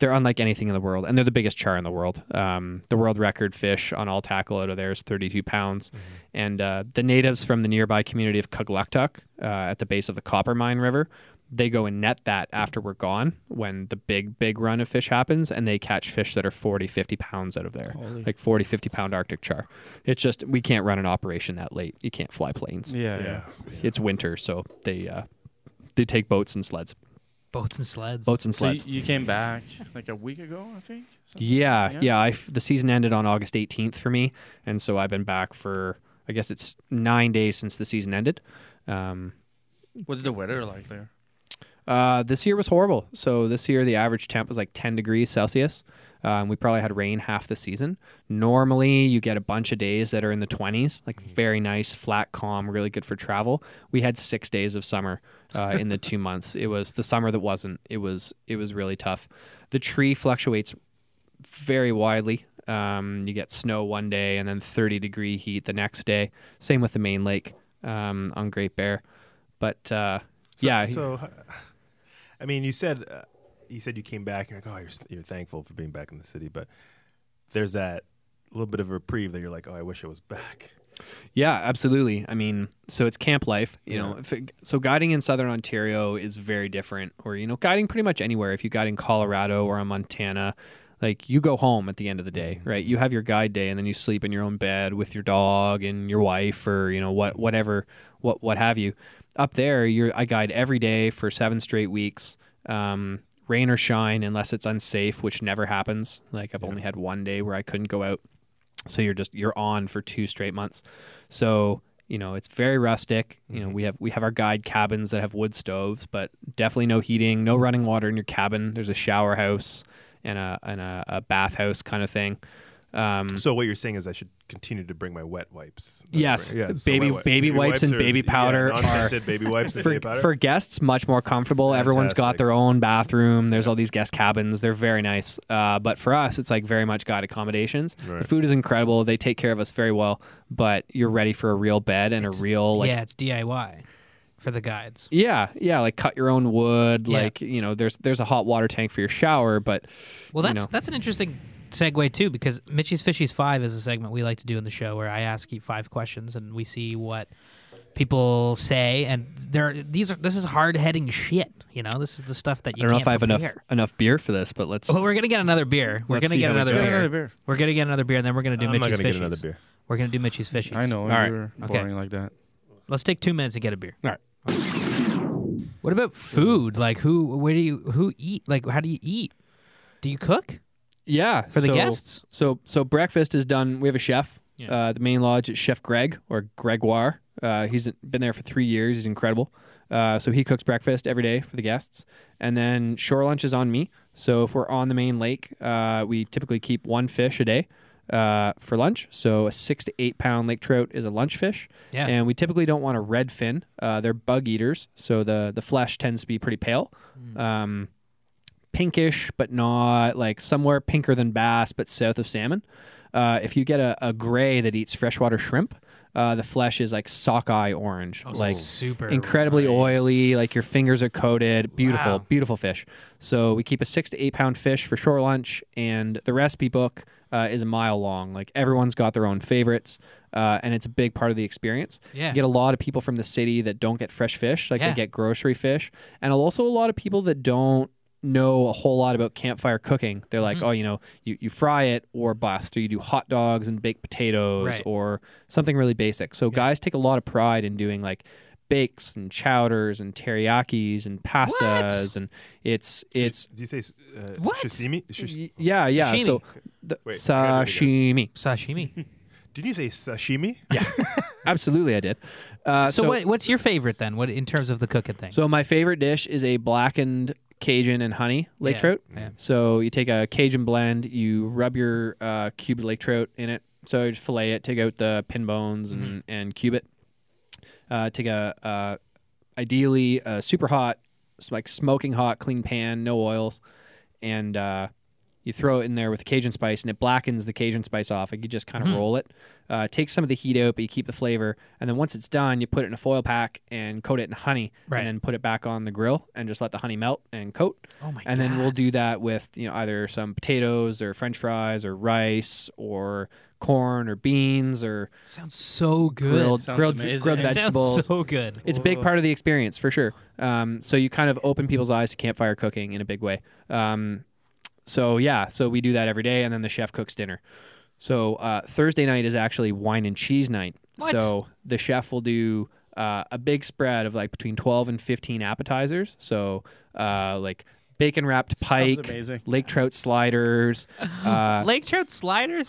S4: they're unlike anything in the world, and they're the biggest char in the world. Um, the world record fish on all tackle out of there is 32 pounds, and uh, the natives from the nearby community of Kugluktuk uh, at the base of the Coppermine River, they go and net that after we're gone when the big big run of fish happens, and they catch fish that are 40, 50 pounds out of there, like 40, 50 pound Arctic char. It's just we can't run an operation that late. You can't fly planes.
S5: Yeah, yeah.
S3: yeah.
S4: It's winter, so they uh, they take boats and sleds,
S1: Boats and sleds.
S4: boats and
S5: So you,
S4: sleds.
S5: you came back like a week ago, I think. something?
S4: Yeah,
S5: Yeah.
S4: yeah. I f- the season ended on August 18th for me, and so I've been back for I guess it's nine days since the season ended. Um,
S5: What's the weather like there?
S4: uh, this year was horrible. So this year the average temp was like 10 degrees Celsius. Um, we probably had rain half the season. Normally you get a bunch of days that are in the 20s, like
S3: Mm-hmm.
S4: very nice, flat, calm, really good for travel. We had six days of summer uh, in the two months. It was the summer that wasn't. It was it was really tough. The tree fluctuates very widely. Um, you get snow one day and then 30 degree heat the next day. Same with the main lake um, on Great Bear. But uh,
S3: So,
S4: yeah,
S3: So, I mean, you said uh, you said you came back. You're like, oh, you're, you're thankful for being back in the city, but there's that little bit of reprieve that you're like, oh, I wish I was back.
S4: Yeah, absolutely. I mean, so it's camp life, you know.
S3: Yeah.
S4: If it- so guiding in southern Ontario is very different, or you know, guiding pretty much anywhere. If you guide in Colorado or in Montana, like you go home at the end of the day, right? You have your guide day, and then you sleep in your own bed with your dog and your wife, or you know, what, whatever, what, what have you. Up there, you're I guide every day for seven straight weeks. Um, rain or shine unless it's unsafe which never happens like i've only had one day where i couldn't go out so you're just you're on for two straight months so you know it's very rustic you
S3: Mm-hmm.
S4: know we have we have our guide cabins that have wood stoves but definitely no heating no running water in your cabin there's a shower house and a and a, a bathhouse kind of thing um
S3: So what you're saying is I should continue to bring my wet wipes. That's
S4: Yes,
S3: right.
S4: baby-
S3: so wet wipe-
S4: baby wipes and
S3: are-
S4: baby
S3: yeah,
S4: powder are-
S3: non-scented baby wipes and
S4: for,
S3: baby powder.
S4: for guests much more comfortable everyone's got
S3: Fantastic.
S4: their own bathroom there's all these guest cabins they're very nice uh, but for us it's like very much got accommodations
S3: Right.
S4: the food is incredible they take care of us very well but you're ready for a real bed and a real like
S1: yeah, it's DIY for the guides.
S4: Yeah, yeah, like cut your own wood.
S1: Yeah.
S4: Like you know, there's there's a hot water tank for your shower, but
S1: Well,
S4: you
S1: that's
S4: know.
S1: that's an interesting segue too, because Mitchie's Fishies Five is a segment we like to do in the show where I ask you five questions and we see what people say, and there these are this is hard heading shit. You know, this is the stuff that
S4: I
S1: you
S4: don't know
S1: can't
S4: if I have enough
S1: prepare.
S4: enough beer for this. But let's.
S1: Well, we're gonna get another beer. We're
S4: Let's
S1: gonna
S4: see
S1: get
S4: how we
S1: another
S4: do.
S1: beer.
S4: Get
S5: another beer.
S1: We're gonna get another beer, and then we're gonna do
S3: I'm not
S1: Mitchie's
S3: gonna
S1: Fishies.
S3: get another beer.
S1: We're gonna do Mitchie's Fishies.
S5: I know.
S4: All
S5: you
S4: right.
S5: were
S1: Okay.
S5: boring like that.
S1: Let's take two minutes and get a beer.
S4: All right.
S1: What about food? Like who? Where do you? Who eat? Like how do you eat? Do you cook?
S4: yeah,
S1: for the
S4: so-
S1: guests.
S4: So so breakfast is done. We have a chef.
S1: Yeah.
S4: Uh, the main lodge is Chef Greg or Gregoire. Uh, he's been there for three years. He's incredible. Uh, so he cooks breakfast every day for the guests, and then shore lunch is on me. So if we're on the main lake, uh, we typically keep one fish a day uh, for lunch. So a six to eight pound lake trout is a lunch fish,
S1: Yeah.
S4: and we typically don't want a red fin. Uh, they're bug eaters, so the the flesh tends to be pretty pale. Um, pinkish, but not like somewhere pinker than bass, but south of salmon. Uh, if you get a, a gray that eats freshwater shrimp, uh, the flesh is like sockeye orange,
S1: Oh, so
S4: like
S1: super
S4: incredibly
S1: nice.
S4: oily. Like your fingers are coated. Beautiful,
S1: Wow.
S4: beautiful fish. So we keep a six to eight pound fish for shore lunch, and the recipe book uh, is a mile long. Like everyone's got their own favorites, uh, and it's a big part of the experience.
S1: Yeah.
S4: You get a lot of people from the city that don't get fresh fish, like
S1: Yeah.
S4: they get grocery fish, and also a lot of people that don't know a whole lot about campfire cooking. They're
S1: Mm-hmm.
S4: like, oh, you know, you, you fry it or bust, or you do hot dogs and baked potatoes
S1: Right.
S4: or something really basic. So guys take a lot of pride in doing like bakes and chowders and teriyakis and pastas and it's it's
S3: Did you say uh,
S1: What?
S3: sashimi? Shish-
S4: y- yeah yeah
S1: Sashimi.
S4: so the,
S3: Wait, I gotta
S4: sashimi
S1: sashimi.
S3: Did you say sashimi?
S4: absolutely I did uh,
S1: so, what, what's your favorite then? What in terms of the cooking thing?
S4: So my favorite dish is a blackened Cajun and honey lake
S1: Yeah,
S4: trout.
S1: yeah.
S4: So you take a Cajun blend, you rub your uh, cubed lake trout in it. So you just fillet it, take out the pin bones and,
S1: Mm-hmm.
S4: and cube it. Uh, take a uh, ideally a super hot, s- like smoking hot, clean pan, no oils, and uh, you throw it in there with Cajun spice, and it blackens the Cajun spice off. And you just
S1: Mm-hmm.
S4: kind of roll it, uh, take some of the heat out, but you keep the flavor. And then once it's done, you put it in a foil pack and coat it in honey,
S1: Right.
S4: and then put it back on the grill and just let the honey melt and coat.
S1: oh my
S4: and
S1: god.
S4: then we'll do that with you know either some potatoes or French fries or rice or corn or beans or
S1: sounds so good.
S4: grilled
S5: Sounds
S4: grilled,
S5: amazing.
S4: grilled
S5: It sounds
S4: vegetables.
S1: Sounds so good.
S4: It's a big part of the experience for sure. Um, so you kind of open people's eyes to campfire cooking in a big way. Um, so yeah, so we do that every day, and then the chef cooks dinner. So uh, Thursday night is actually wine and cheese night.
S1: What?
S4: So the chef will do uh, a big spread of like between twelve and fifteen appetizers. So uh, like bacon wrapped
S5: Sounds
S4: pike,
S5: amazing.
S4: lake trout sliders, uh,
S1: Lake trout sliders,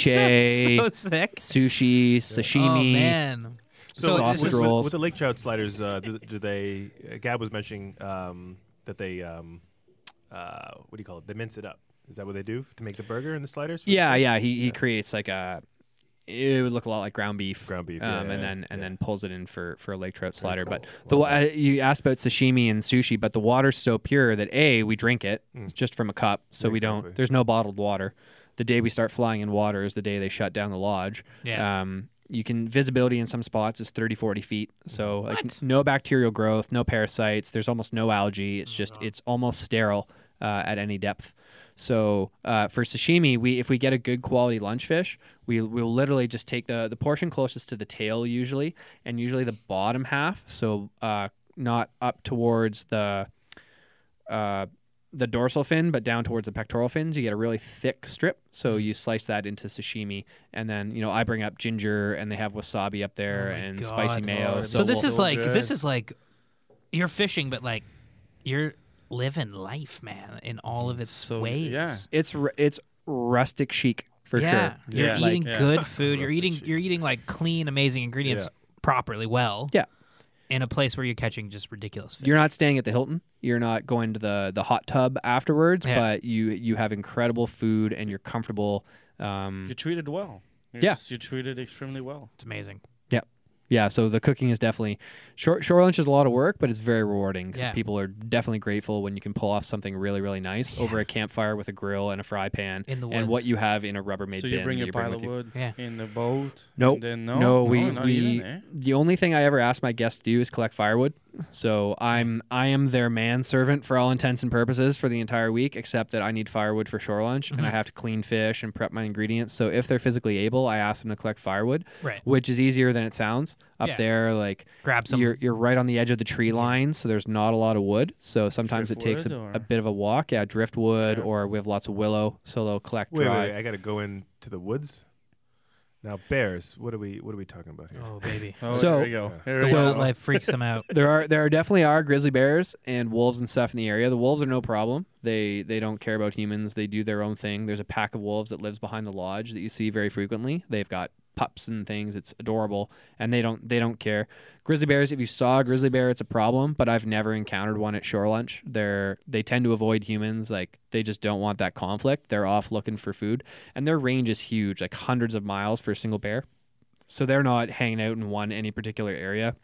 S4: Ceviche.
S1: That sounds so sick.
S4: sushi,
S1: Oh
S4: sashimi.
S1: man.
S4: So
S1: this
S4: sausage
S3: with,
S1: is-
S4: roll. rolls.
S3: With, the lake trout sliders, uh, do, do they? Uh, Gab was mentioning um, that they, um, uh, what do you call it? They mince it up. Is that what they do to make the burger and the sliders? for the
S4: yeah,
S3: fish?
S4: yeah. He he creates like a. It would look a lot like ground beef.
S3: Ground beef.
S4: um,
S3: yeah,
S4: and then and
S3: yeah.
S4: then pulls it in for for a lake trout slider. But
S3: cool.
S4: the
S3: Wow.
S4: wa- uh, you asked about sashimi and sushi, but the water's so pure that a we drink it it's just from a cup, so we don't.
S3: Mm. Exactly.
S4: There's no bottled water. The day we start flying in water is the day they shut down the lodge.
S1: Yeah.
S4: Um, you can visibility in some spots is 30 40 feet so like
S1: What?
S4: no bacterial growth no parasites there's almost no algae it's just it's almost sterile uh, at any depth so uh, for sashimi we if we get a good quality lunch fish we will literally just take the the portion closest to the tail usually and usually the bottom half so uh, not up towards the uh, the dorsal fin, but down towards the pectoral fins, you get a really thick strip.
S1: Mm-hmm.
S4: So you slice that into sashimi, and then you know I bring up ginger, and they have wasabi up there
S1: Oh my
S4: and
S1: God.
S4: spicy mayo.
S5: Oh,
S1: So this
S5: we'll-
S1: is like
S5: Good.
S1: this is like you're fishing, but like you're living life, man, in all of its
S5: So,
S1: ways.
S5: yeah.
S4: it's ru- it's rustic chic for
S1: yeah.
S4: sure.
S1: You're
S5: Yeah.
S1: eating
S5: Like- yeah.
S1: good food. You're
S3: Rustic
S1: eating
S3: chic.
S1: you're eating like clean, amazing ingredients properly well.
S4: Yeah.
S1: In a place where you're catching just ridiculous fish.
S4: You're not staying at the Hilton. You're not going to the the hot tub afterwards,
S1: Yeah.
S4: but you you have incredible food and you're comfortable. Um,
S5: You treated well. You're
S4: Yeah.
S5: just- you treated extremely well.
S1: it's amazing.
S4: Yeah, so the cooking is definitely short. Shore lunch is a lot of work, but it's very rewarding 'cause
S1: Yeah.
S4: people are definitely grateful when you can pull off something really, really nice over a campfire with a grill and a fry pan
S1: In the
S4: and what
S1: woods.
S4: you have in a Rubbermaid
S5: so
S4: bin.
S5: you bring
S4: that
S5: your pile
S4: with
S5: of
S4: you.
S5: wood
S1: Yeah.
S5: in the boat.
S4: Nope.
S5: And then no.
S4: no, we
S5: not
S4: we
S5: even, eh?
S4: the only thing I ever ask my guests to do is collect firewood. So I'm I am their manservant for all intents and purposes for the entire week, except that I need firewood for shore lunch and I
S1: Mm-hmm.
S4: have to clean fish and prep my ingredients. So if they're physically able, I ask them to collect firewood,
S1: Right.
S4: which is easier than it sounds. Up
S1: Yeah.
S4: there, like
S1: Grab some
S4: you're you're right on the edge of the tree line, so there's not a lot of wood. So sometimes it takes a,
S5: Driftwood
S4: a
S5: or-
S4: bit of a walk. Yeah, driftwood, or we have lots of willow, so they'll collect
S3: Wait,
S4: dry.
S3: wait, I gotta go into the woods. Now bears. What are we? What are we talking about here?
S1: Oh baby,
S5: Oh,
S4: So-
S5: here we go. Here we
S1: the
S4: So-
S5: go.
S1: wildlife freaks them out.
S4: There are there are definitely are grizzly bears and wolves and stuff in the area. The wolves are no problem. They they don't care about humans. They do their own thing. There's a pack of wolves that lives behind the lodge that you see very frequently. They've got pups and things. It's adorable, and they don't they don't care. Grizzly bears. If you saw a grizzly bear, it's a problem. But I've never encountered one at shore lunch. They're they tend to avoid humans. Like they just don't want that conflict. They're off looking for food, and their range is huge, like hundreds of miles for a single bear. So they're not hanging out in one any particular area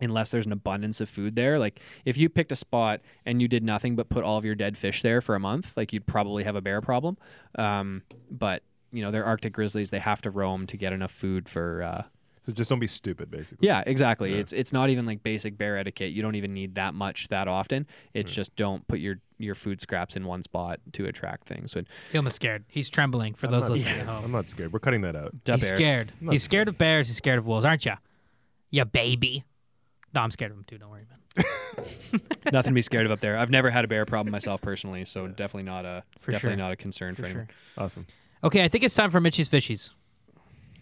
S4: unless there's an abundance of food there. Like if you picked a spot and you did nothing but put all of your dead fish there for a month, like you'd probably have a bear problem. Um, but you know they're Arctic grizzlies; they have to roam to get enough food for. Uh,
S3: So just don't be stupid, basically.
S4: yeah, exactly. It's it's not even like basic bear etiquette. You don't even need that much that often. It's just don't put your your food scraps in one spot to attract things. And
S1: Gilma's scared. He's trembling. For
S3: I'm
S1: those
S3: not
S1: listening at
S3: scared.
S1: home,
S3: I'm not scared. We're cutting that out.
S4: da
S1: he's
S4: bears.
S1: scared.
S3: I'm not
S1: He's scared of bears. He's scared of wolves, aren't you? Yeah, baby. No, I'm scared of him too. Don't worry, man.
S4: Nothing to be scared of up there. I've never had a bear problem myself personally, so definitely not a
S1: For
S4: definitely
S1: sure.
S4: not a concern for,
S1: For
S4: anyone.
S1: sure.
S3: Awesome.
S1: Okay, I think it's time for Mitchy's Fishies.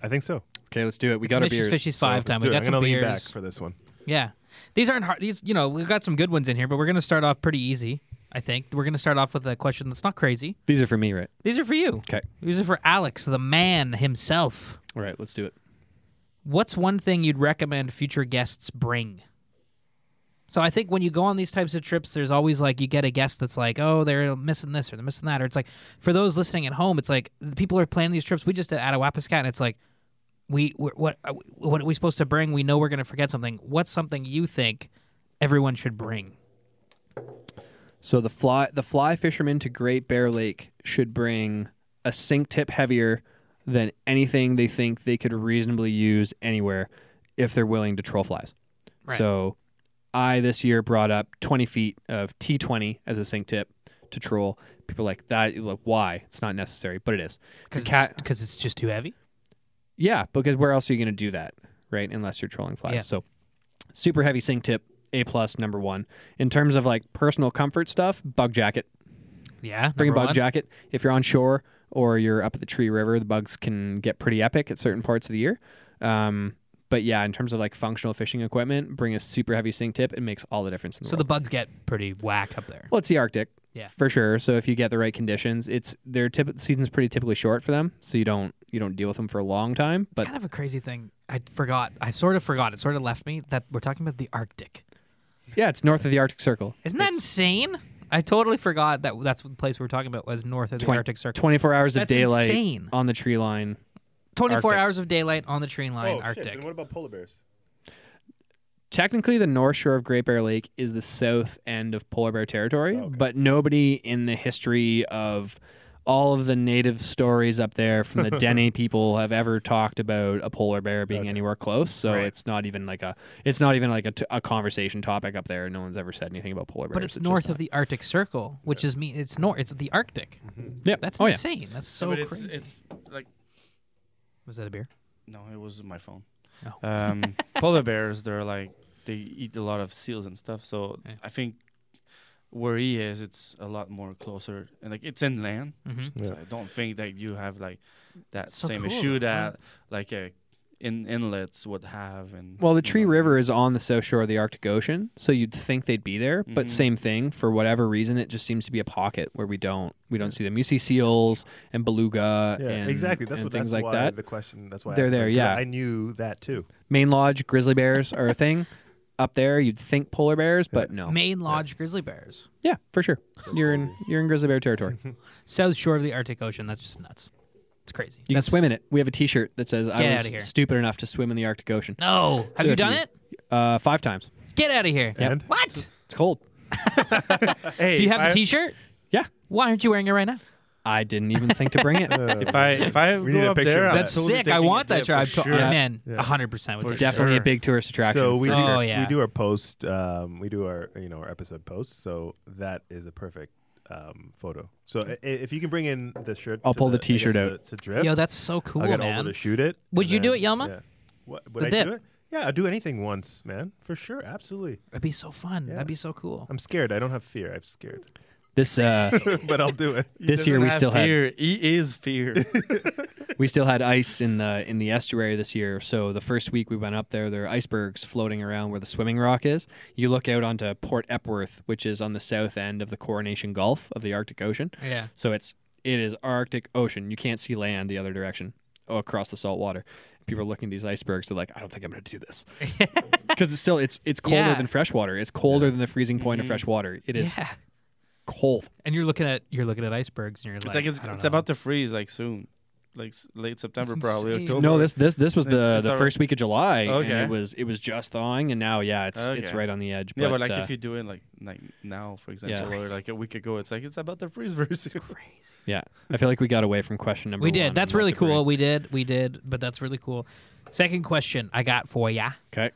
S3: I think so.
S4: Okay, let's do it. We
S1: It's
S4: got our
S1: Mitchy's
S4: beers.
S1: Fishies
S3: So
S1: five
S3: let's
S1: time.
S3: do
S1: We
S3: it.
S1: got
S3: I'm
S1: some
S3: gonna lean back
S1: beers.
S3: for this one.
S1: Yeah. These aren't hard. These, you know, we've got some good ones in here, but we're going to start off pretty easy, I think. We're going to start off with a question that's not crazy.
S4: These are for me, right?
S1: These are for you.
S4: Okay.
S1: These are for Alex, the man himself.
S4: All right, let's do it.
S1: What's one thing you'd recommend future guests bring? So I think when you go on these types of trips, there's always like you get a guest that's like, oh, they're missing this or they're missing that, or it's like for those listening at home, it's like the people are planning these trips. We just did Attawapiskat, and it's like we we're, what are we- what are we supposed to bring? We know we're gonna forget something. What's something you think everyone should bring?
S4: So the fly the fly fisherman to Great Bear Lake should bring a sink tip heavier than anything they think they could reasonably use anywhere if they're willing to troll flies.
S1: Right.
S4: So I this year brought up 20 feet of T20 as a sink tip to troll. People are like that like why? It's not necessary, but it is.
S1: Because
S4: cat-
S1: because it's just too heavy.
S4: Yeah, because where else are you going to do that, right? Unless you're trolling flies.
S1: Yeah.
S4: So, super heavy sink tip, A plus number one. In terms of like personal comfort stuff, bug jacket.
S1: Yeah,
S4: Bring a
S1: number
S4: bug
S1: one.
S4: jacket if you're on shore or you're up at the Tree River. The bugs can get pretty epic at certain parts of the year. Um, but yeah, in terms of like functional fishing equipment, bring a super heavy sink tip. It makes all the difference in the
S1: So the
S4: world.
S1: bugs get pretty whack up there.
S4: well, it's the Arctic,
S1: Yeah.
S4: for sure. So if you get the right conditions, it's their tip season's pretty typically short for them, so you don't you don't deal with them for a long time. But
S1: It's kind of a crazy thing. I forgot. I sort of forgot. It sort of left me that we're talking about the Arctic.
S4: yeah, it's north of the Arctic Circle.
S1: Isn't that insane? I totally forgot that that's the place we were talking about was north of the
S4: Twen-
S1: Arctic Circle.
S4: 24 hours of
S1: That's
S4: daylight
S1: insane.
S4: on the tree line.
S1: 24
S4: Arctic.
S1: hours of daylight on the train
S3: Oh,
S1: line, Arctic.
S3: about polar bears?
S4: Technically, the north shore of Great Bear Lake is the south end of polar bear territory, but nobody in the history of all of the native stories up there from the Dene people have ever talked about a polar bear being anywhere close. So it's not even like a it's not even like a, t- a conversation topic up there. No one's ever said anything about polar bears.
S1: But it's
S4: just
S1: north of
S4: not-
S1: the Arctic Circle, which is mean it's north. It's the Arctic.
S4: yeah.
S1: That's
S4: oh, yeah.
S1: insane. That's so
S5: but it's,
S1: crazy.
S5: it's like
S1: was that a beer?
S5: no, it was my phone.
S1: Oh.
S5: Um, polar bears, they're like they eat a lot of seals and stuff. So
S1: Yeah.
S5: I think where he is, it's a lot more closer and like it's inland.
S1: Mm-hmm.
S5: So I don't think that you have like that
S1: So
S5: same
S1: cool,
S5: issue
S1: right?
S5: that like a in inlets would have. And
S4: Well, the
S5: you
S4: Tree
S3: Mm-hmm.
S5: know.
S4: River is on the south shore of the Arctic Ocean, so you'd think they'd be there. But
S5: Mhm.
S3: Mm-hmm.
S4: same thing, for whatever reason, it just seems to be a pocket where we don't we don't see them. You see seals and beluga,
S3: Yeah,
S4: and,
S3: exactly. That's
S4: and
S3: what
S4: things
S3: that's
S4: like
S3: why
S4: that.
S3: The question. That's why I
S4: They're
S3: asked
S4: there,
S3: about it, 'cause
S4: yeah.
S3: I knew that too.
S4: Main lodge grizzly bears are a thing up there. You'd think polar bears, but no.
S1: Main Oh, Lodge grizzly bears.
S4: Yeah, for sure. You're in you're in grizzly bear territory.
S1: South shore of the Arctic Ocean. That's just nuts. It's crazy.
S4: You can
S1: That's-
S4: swim in it. We have a T-shirt that says
S1: Get
S4: "I
S1: outta here.
S4: was stupid enough to swim in the Arctic Ocean."
S1: No. Have
S4: So
S1: you
S4: if
S1: done
S4: you-
S1: it?
S4: Uh, five times.
S1: Get out of here.
S3: And
S1: What?
S4: It's cold.
S3: hey,
S1: Do you have
S3: I-
S1: the T-shirt?
S4: Yeah.
S1: Why aren't you wearing it right now?
S4: I didn't even think to bring it.
S5: If I if I
S3: We
S5: go
S3: need a
S5: up
S3: picture
S5: there,
S3: of
S5: I'm
S3: that.
S1: That's
S5: totally
S1: sick. I oh,
S5: taking
S1: want
S5: a
S1: that
S5: dip
S1: tribe.
S5: for
S1: To-
S5: sure.
S1: I'm in.
S3: Yeah.
S1: 100% with
S5: For
S1: that.
S4: Definitely a
S5: sure.
S4: big tourist attraction.
S3: So we
S1: Oh,
S3: do,
S1: yeah.
S3: we do our post, um, we do our you know our episode post. So that is a perfect um, photo. So i- i- if you can bring in the shirt,
S4: I'll
S3: to
S4: pull the
S3: I guess
S4: t-shirt
S3: to-
S4: out.
S3: to drip.
S1: Yo, that's so cool,
S3: I'll get
S1: man.
S3: Olga to shoot it.
S1: Would
S3: and
S1: you do
S3: then-
S1: it, Yelma?
S3: Yeah. What,
S1: The
S3: would I
S1: dip.
S3: do it? Yeah, I'll do anything once, man, for sure, absolutely.
S1: That'd be so fun.
S3: Yeah.
S1: That'd be so cool.
S3: I'm scared. I don't have fear. I'm scared.
S4: This uh,
S3: but I'll do it.
S4: this year we still had
S5: fear. He is fear.
S4: we still had ice in the in the estuary this year. So the first week we went up there, there are icebergs floating around where the swimming rock is. You look out onto Port Epworth, which is on the south end of the Coronation Gulf of the Arctic Ocean.
S1: Yeah.
S4: So it's it is Arctic Ocean. You can't see land the other direction oh, across the salt water. People are looking at these icebergs. They're like, I don't think I'm going to do this because it's still it's it's colder
S1: Yeah. Mm-hmm.
S4: than fresh water. It's colder than the freezing point of fresh water. It is
S1: Yeah.
S4: cold.
S1: And you're looking at you're looking at icebergs and you're
S5: It's like it's, it's about to freeze like soon, like s- late September
S1: That's
S5: probably
S1: insane.
S5: October.
S4: No, this this this was the
S5: It's- it's
S4: the
S5: all-
S4: first week of July.
S5: Okay.
S4: and it was it was just thawing, and now yeah, it's it's
S5: Okay.
S4: right on the edge. But,
S5: yeah, but like
S4: uh,
S5: if you do it like like now, for example, or
S1: Crazy.
S5: like a week ago, it's like it's about to freeze very soon.
S1: crazy.
S4: yeah, I feel like we got away from question number.
S1: We
S4: one
S1: did.
S4: on
S1: That's really
S4: multi-brain.
S1: cool. We did. We did. But that's really cool. Second question I got for ya:
S4: Okay,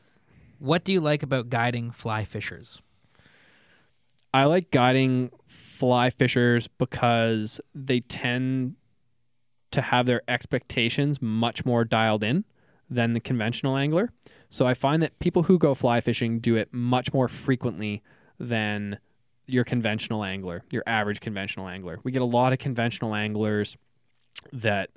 S1: What do you like about guiding fly fishers?
S4: I like guiding fly fishers because they tend to have their expectations much more dialed in than the conventional angler. So I find that people who go fly fishing do it much more frequently than your conventional angler, your average conventional angler. We get a lot of conventional anglers that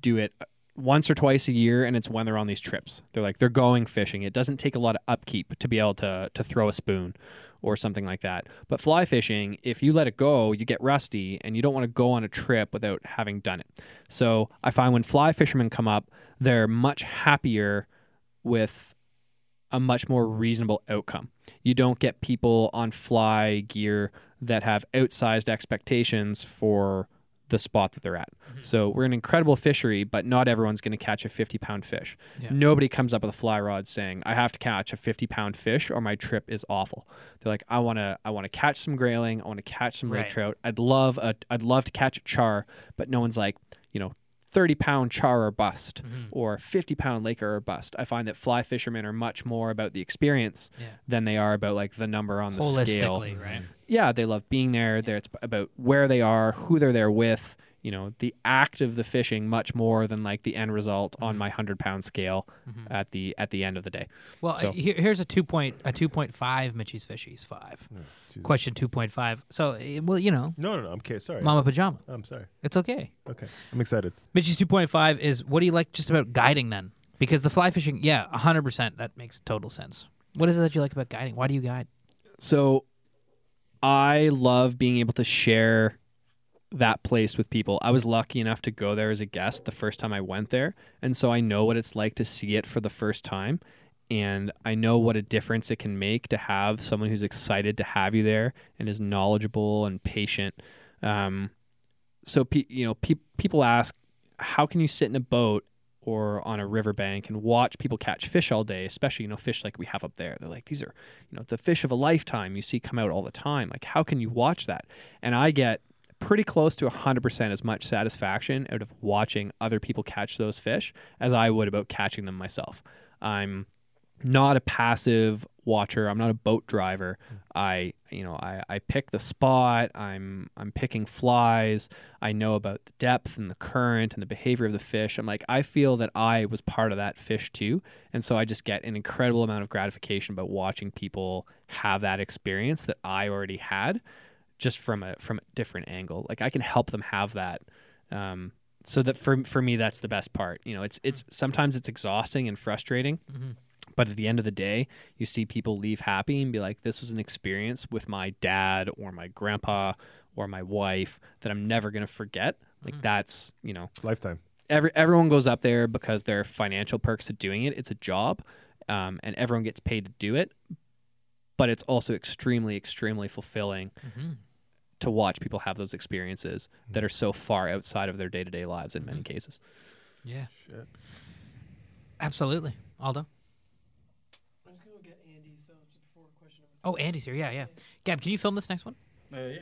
S4: do it once or twice a year and it's when they're on these trips. They're like they're going fishing. It doesn't take a lot of upkeep to be able to to throw a spoon or something like that. But fly fishing, if you let it go, you get rusty and you don't want to go on a trip without having done it. So, I find when fly fishermen come up, they're much happier with a much more reasonable outcome. You don't get people on fly gear that have outsized expectations for the spot that they're at.
S1: Mm-hmm.
S4: So we're an incredible fishery, but not everyone's going to catch a 50 pound fish.
S1: Yeah.
S4: Nobody comes up with a fly rod saying, I have to catch a 50 pound fish or my trip is awful. They're like, I want to, I want to catch some grayling. I want to catch some red
S1: Right.
S4: trout. I'd love a, I'd love to catch a char, but no one's like, you know, 30 pound char or bust or 50 pound laker or bust. I find that fly fishermen are much more about the experience
S1: Yeah.
S4: than they are about like the number on the scale.
S1: Holistically, right?
S4: Yeah, they love being there. There, it's about where they are, who they're there with. You know, the act of the fishing much more than like the end result on my 100 pound scale at the at the end of the day.
S1: Well,
S4: So-
S1: uh, here, here's a two point a two point five Mitchie's fishies five.
S3: Jesus.
S1: Question two point five. So, uh, well, you know,
S3: No, no, no. I'm kidding. Sorry.
S1: Mama Pajama.
S3: I'm sorry.
S1: It's okay.
S3: Okay. I'm excited.
S1: Mitchie's 2.5 is what do you like just about guiding then? Because the fly fishing, yeah, 100%. That makes total sense. What is it that you like about guiding? Why do you guide?
S4: So I love being able to share that place with people. I was lucky enough to go there as a guest the first time I went there, and so I know what it's like to see it for the first time and I know what a difference it can make to have someone who's excited to have you there and is knowledgeable and patient. Um, so pe- you know, pe- people ask, how can you sit in a boat or on a riverbank and watch people catch fish all day, especially you know fish like we have up there? They're like these are you know the fish of a lifetime you see come out all the time. Like how can you watch that? And I get pretty close to 100% as much satisfaction out of watching other people catch those fish as I would about catching them myself. I'm not a passive watcher. I'm not a boat driver. I you know I, I pick the spot. I'm I'm picking flies. I know about the depth and the current and the behavior of the fish. I'm like I feel that I was part of that fish too, and so I just get an incredible amount of gratification about watching people have that experience that I already had, just from a from a different angle. Like I can help them have that. Um, so that for for me that's the best part. You know, it's it's sometimes it's exhausting and frustrating. But at the end of the day, you see people leave happy and be like, this was an experience with my dad or my grandpa or my wife that I'm never going to forget. Like,
S1: Mm.
S4: that's, you know,
S3: It's lifetime.
S4: every, everyone goes up there because there are financial perks to doing it. It's a job um, and everyone gets paid to do it. But it's also extremely, extremely fulfilling
S1: Mm-hmm.
S4: to watch people have those experiences
S1: Mm.
S4: that are so far outside of their day to day lives in
S1: Mm-hmm.
S4: many cases.
S1: Yeah.
S3: Shit.
S1: Absolutely. Aldo? I'm just going to get Andy. So just before question number Oh, Andy's here. Yeah, yeah. Gab, can you film this next one?
S5: Uh, yeah.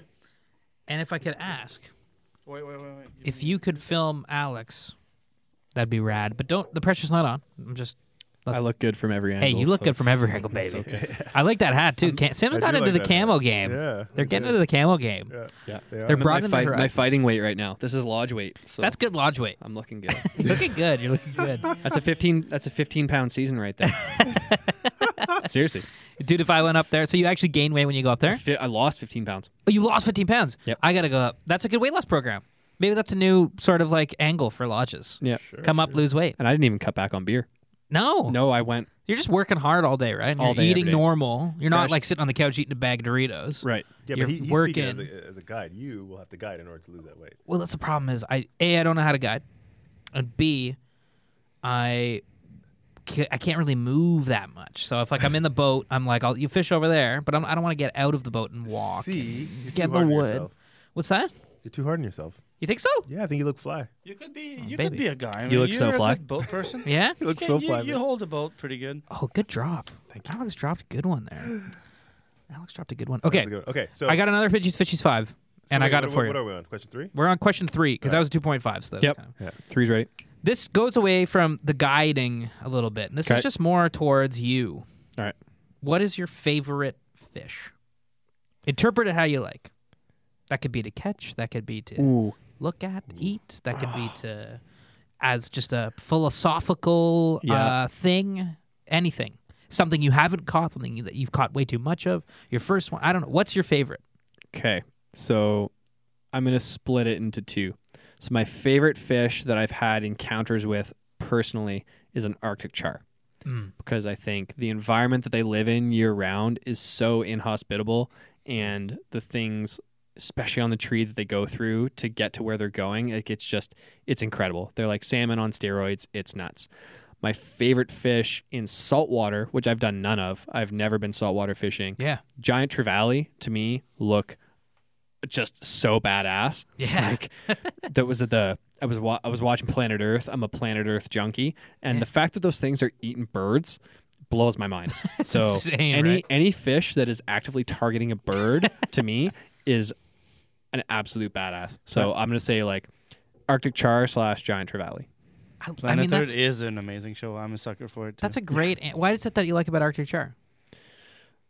S1: And if I could ask,
S5: Wait, wait, wait, wait.
S1: if you could film Alex, that'd be rad. But don't, the pressure's not on. I'm just,
S4: I
S1: Let's-
S4: look good from every angle.
S1: hey, you look good from every angle, baby. I like that hat too. Can- Sam
S3: I
S1: got
S3: do
S1: into
S3: like
S1: the
S3: that
S1: camo
S3: hat.
S1: game.
S3: Yeah.
S1: They're getting into the camo game.
S3: Yeah.
S4: Yeah.
S3: They are.
S1: They're
S4: I'm at
S1: broadening
S4: my,
S1: their
S4: fight, my
S1: horizons.
S4: fighting weight right now. This is lodge weight. So
S1: That's good lodge weight.
S4: I'm looking good.
S1: You're looking good. You're looking good.
S4: That's a 15. That's a 15 pound season right there. Seriously,
S1: Dude, if I went up there, so you actually gain weight when you go up there?
S4: Fi- I lost 15 pounds.
S1: Oh, you lost 15 pounds.
S4: Yep.
S1: I got to go up. That's a good weight loss program. Maybe that's a new sort of like angle for lodges.
S4: Yeah,
S1: Come up, lose weight.
S4: and I didn't even cut back on beer.
S1: No.
S4: No, I went
S1: You're just working hard all day, right? And
S4: All
S1: you're
S4: day, every
S1: eating
S4: day.
S1: normal. You're not
S4: Fresh.
S1: like sitting on the couch eating a bag of Doritos.
S4: right.
S3: Yeah,
S1: You're
S3: but he, he's
S1: working.
S3: speaking as a, as a guide. You will have to guide in order to lose that weight.
S1: Well, that's the problem is I A I don't know how to guide. And B I ca- I can't really move that much. So if like I'm in the boat, I'm like I'll you fish over there, but I'm, I don't want to get out of the boat and walk.
S3: See, you're
S1: Get
S3: too
S1: the
S3: hard on
S1: wood.
S3: yourself.
S1: What's that?
S3: You're too hard on yourself.
S1: You think so?
S3: Yeah, I think you look fly.
S5: You could be you
S1: baby.
S5: could be a guy. man.
S4: Oh, You look so
S5: You're a
S4: fly.
S5: good boat person.
S1: Yeah.
S3: You look
S5: Yeah,
S3: so
S5: you,
S3: fly.
S5: you
S3: man.
S5: hold a boat pretty good.
S1: Oh, good drop. Alex dropped a good one there. Alex dropped a good one.
S3: That's
S1: Okay.
S3: a good one. Okay. So
S1: I got another Fidget's Fishies 5,
S3: so
S1: and I
S3: wait,
S1: got
S3: what-
S1: it for
S3: what-
S1: you.
S3: What are we on? Question three.
S1: We're on question three because
S3: All
S1: that was 2.5. So that was
S4: Yep.
S1: kind of-
S4: Three's ready.
S1: this goes away from the guiding a little bit. And this
S4: Okay.
S1: is just more towards you.
S4: All right.
S1: What is your favorite fish? Interpret it how you like. That could be to catch. That could be to
S4: Ooh,
S1: look at, eat. That could be to as just a philosophical
S4: Yeah.
S1: uh, thing. Anything. Something you haven't caught. Something that you've caught way too much of. Your first one. I don't know. What's your favorite?
S4: Okay. So I'm going to split it into two. So my favorite fish that I've had encounters with personally is an Arctic char
S1: Mm.
S4: because I think the environment that they live in year round is so inhospitable and the things especially on the tree that they go through to get to where they're going like it's just it's incredible they're like salmon on steroids it's nuts my favorite fish in saltwater which i've done none of i've never been saltwater fishing
S1: Yeah.
S4: giant trevally to me look just so badass.
S1: Yeah.
S4: Like that was at the I was wa- I was watching Planet Earth. I'm a Planet Earth junkie, and
S1: Yeah.
S4: the fact that those things are eating birds blows my mind. so
S1: insane,
S4: any
S1: right?
S4: any fish that is actively targeting a bird to me is an absolute badass. So I'm gonna say like Arctic char slash giant trevally.
S1: I, I
S5: Planet
S1: mean,
S5: Earth
S1: that's,
S5: is an amazing show. I'm a sucker for it. Too.
S1: that's a great. an- Why is it that you like about Arctic Char?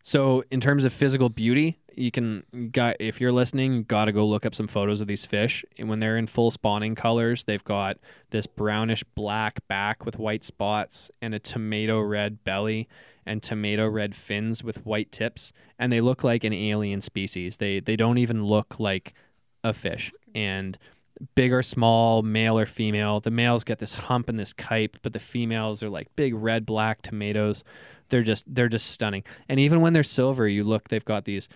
S4: So in terms of physical beauty, you can got if you're listening, you got to go look up some photos of these fish. And when they're in full spawning colors, they've got this brownish black back with white spots and a tomato red belly and tomato red fins with white tips, and they look like an alien species. They they don't even look like a fish. And big or small, male or female. The males get this hump and this kite, but the females are like big red, black tomatoes. They're just they're just stunning. And even when they're silver, you look, they've got these.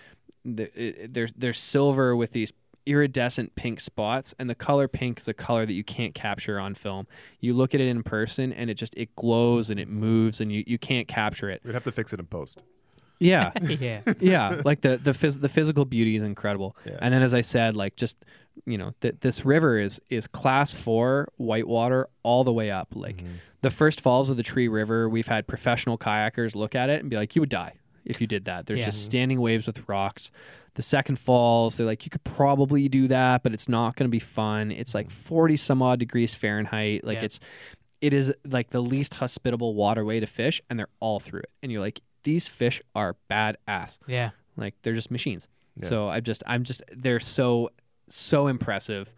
S4: the- it- They're they're silver with these iridescent pink spots, and the color pink is a color that you can't capture on film. You look at it in person, and it just it glows and it moves, and you you can't capture it.
S3: We'd have to fix it in post.
S4: Yeah,
S1: yeah.
S4: yeah like the the, phys- the physical beauty is incredible
S3: Yeah.
S4: and then as i said like just you know th- this river is is class four whitewater all the way up like
S1: Mm-hmm.
S4: the first falls of the tree river we've had professional kayakers look at it and be like you would die if you did that there's
S1: Yeah.
S4: just standing waves with rocks the second falls they're like you could probably do that but it's not going to be fun it's like 40 some odd degrees fahrenheit like
S1: Mm-hmm. Yeah.
S4: it's it is like the least hospitable waterway to fish and they're all through it and you're like these fish are badass
S1: Yeah.
S4: like they're just machines
S3: Yeah.
S4: so i just i'm just they're so so impressive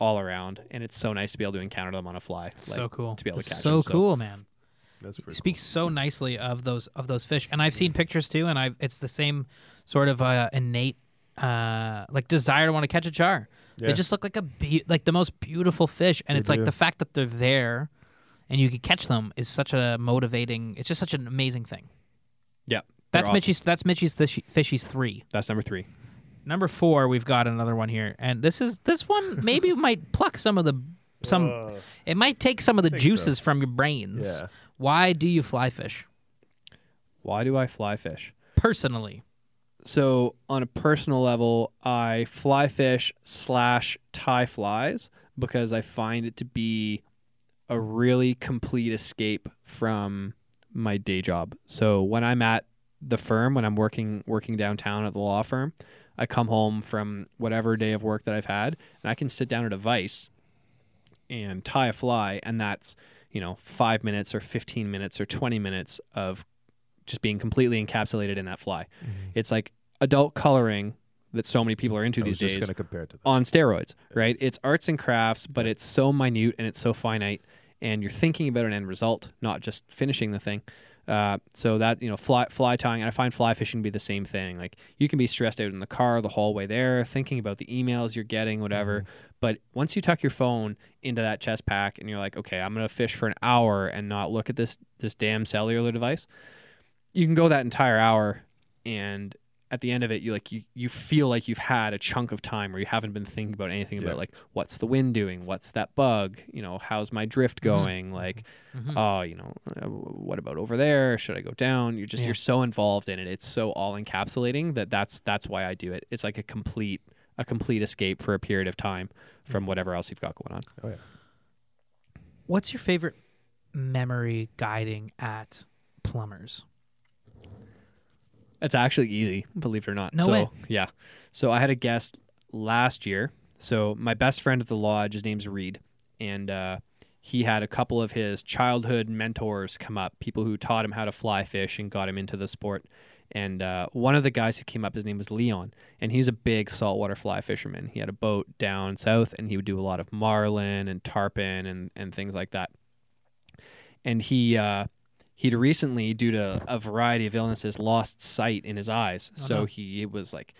S4: all around and it's so nice to be able to encounter them on a fly like,
S1: so cool.
S4: to be able to
S1: That's
S4: catch
S1: so
S4: them, so-
S1: cool, man.
S3: That's pretty.
S1: Speaks so nicely of those of those fish, and I've seen pictures too, and I've it's the same sort of uh, innate uh, like desire to want to catch a char. They
S3: Yeah.
S1: just look like a be- like the most beautiful fish, and
S3: They
S1: it's like
S3: do.
S1: the fact that they're there and you can catch them is such a motivating. It's just such an amazing thing.
S4: yeah they're
S1: That's
S4: awesome.
S1: Mitchie's. That's Mitchie's fishy, fishies three.
S4: that's number three
S1: Number four, we've got another one here, and this is this one maybe might pluck some of the some.
S3: Whoa.
S1: It might take some of the
S3: think
S1: juices from your brains.
S3: Yeah.
S1: Why do you fly fish?
S4: why do i fly fish
S1: Personally,
S4: so on a personal level, I fly fish slash tie flies because I find it to be a really complete escape from my day job. So when I'm at the firm, when I'm working working downtown at the law firm, I come home from whatever day of work that I've had, and I can sit down at a vice and tie a fly, and that's you know five minutes or fifteen minutes or twenty minutes of just being completely encapsulated in that fly. It's like adult coloring that so many people are into
S3: I was
S4: these
S3: just
S4: days
S3: gonna compare it to
S1: Oh,
S3: that.
S4: on steroids, right? It's arts and crafts, but it's so minute and it's so finite, and you're thinking about an end result, not just finishing the thing. Uh, so that you know, fly fly tying, and I find fly fishing to be the same thing. Like you can be stressed out in the car the whole way there, thinking about the emails you're getting, whatever. But once you tuck your phone into that chest pack, and you're like, okay, I'm gonna fish for an hour and not look at this this damn cellular device. You can go that entire hour, and at the end of it, you like you you feel like you've had a chunk of time where you haven't been thinking about anything
S3: Yeah.
S4: about like what's the wind doing, what's that bug, you know, how's my drift going, like
S1: Mhm.
S4: oh, you know, uh, w- what about over there? Should I go down? You're just
S1: Yeah.
S4: you're so involved in it. It's so all encapsulating that that's that's why I do it. It's like a complete a complete escape for a period of time from whatever else you've got going on.
S3: Oh yeah.
S1: What's your favorite memory guiding at Plumbers?
S4: It's actually easy, believe it or not.
S1: No
S4: so,
S1: way.
S4: Yeah. So I had a guest last year. So my best friend at the lodge, his name's Reed, and uh, he had a couple of his childhood mentors come up, people who taught him how to fly fish and got him into the sport. And uh, one of the guys who came up, his name was Leon, and he's a big saltwater fly fisherman. He had a boat down south, and he would do a lot of marlin and tarpon and, and things like that. And he uh, he'd recently, due to a variety of illnesses, lost sight in his eyes. so he it was like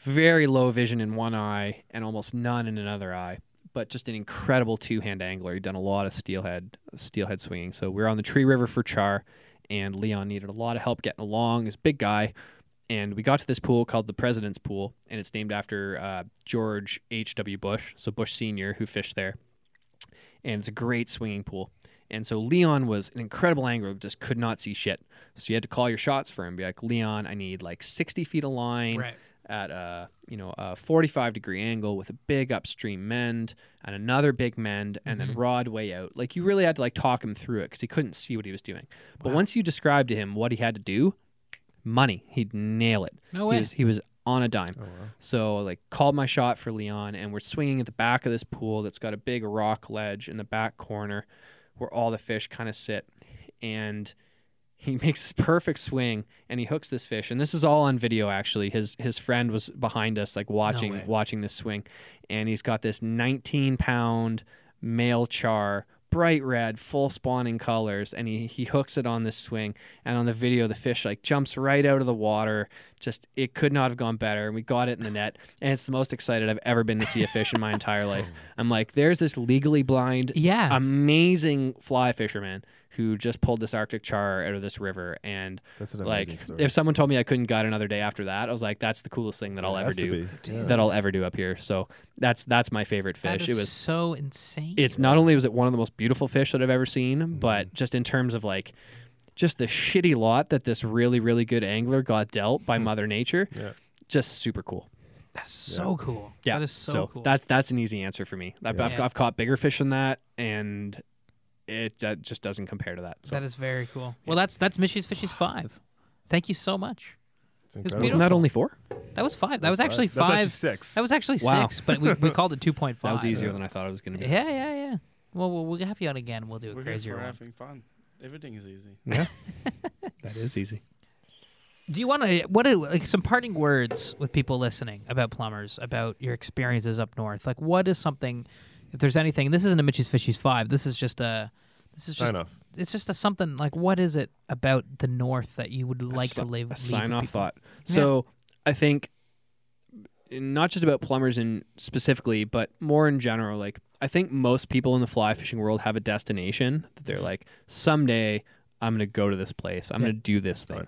S4: very low vision in one eye and almost none in another eye. But just an incredible two-hand angler. He'd done a lot of steelhead steelhead swinging. So we were on the Tree River for char, and Leon needed a lot of help getting along. He's a big guy, and we got to this pool called the President's Pool, and it's named after uh, George H. W. Bush, so Bush Senior, who fished there and it's a great swinging pool. And so Leon was an incredible angler, but just could not see shit. So you had to call your shots for him, be like, Leon, I need like 60 feet of line
S1: Right.
S4: at a you know a 45 degree angle with a big upstream mend and another big mend, and
S1: Mm-hmm.
S4: then rod way out. Like you really had to like talk him through it because he couldn't see what he was doing. But once you described to him what he had to do, money, he'd nail it.
S1: No
S4: He
S1: way.
S4: was, he was on a
S3: Oh,
S4: dime. So like called my shot for Leon, and we're swinging at the back of this pool that's got a big rock ledge in the back corner, where all the fish kind of sit, and he makes this perfect swing and he hooks this fish and this is all on video actually his his friend was behind us like watching
S1: way.
S4: watching this swing and he's got this 19 pound male char bright red full spawning colors and he he hooks it on this swing and on the video the fish like jumps right out of the water just it could not have gone better and we got it in the net and it's the most excited i've ever been to see a fish in my entire life i'm like there's this legally blind
S1: Yeah.
S4: amazing fly fisherman who just pulled this Arctic char out of this river. And
S3: That's an amazing
S4: like,
S3: story.
S4: if someone told me I couldn't guide another day after that, I was like, that's the coolest thing that I'll
S3: It
S4: ever
S3: has to
S4: do.
S3: be. Yeah.
S4: That I'll ever do up here. So that's that's my favorite
S1: That
S4: fish.
S1: is
S4: It was
S1: so insane.
S4: it's not only was it one of the most beautiful fish that I've ever seen, but just in terms of like just the shitty lot that this really really good angler got dealt by Mother Nature.
S3: Yeah.
S4: Just super cool.
S1: That's so cool.
S4: Yeah,
S1: That is so, cool.
S4: That's that's an easy answer for me. I've, I've,
S1: Yeah.
S4: I've caught bigger fish than that, and it uh, just doesn't compare to that. So
S1: that is very cool. Well, that's that's Mishy's Fishies five. Thank you so much.
S3: It's incredible.
S1: beautiful.
S4: wasn't that only four?
S1: That was five. That was actually
S3: That's actually
S1: five.
S3: six.
S1: That was actually
S4: Wow.
S1: six, but we, we called it two point
S4: That
S1: five.
S4: was easier than I thought it was going to be.
S1: Yeah, yeah, yeah. Well, we'll, we'll have you on again. We'll do a
S5: We're here
S1: crazier
S5: for
S1: one.
S5: having fun. Everything is easy.
S4: That is easy.
S1: Do you want to what are, like some parting words with people listening about plumbers, about your experiences up north? Like, what is something? If there's anything, this isn't a Mitch's Fishies five. This is just a. This is
S3: Sign
S1: just.
S3: off.
S1: It's just a something like what is it about the north that you would like
S4: si-
S1: to live?
S4: a
S1: leave
S4: sign
S1: with
S4: off
S1: people?
S4: thought. So I think not just about plumbers and specifically, but more in general. Like I think most people in the fly fishing world have a destination that they're like, someday I'm going to go to this place. I'm
S1: Mm. Yeah.
S4: going to do this thing.
S3: yeah.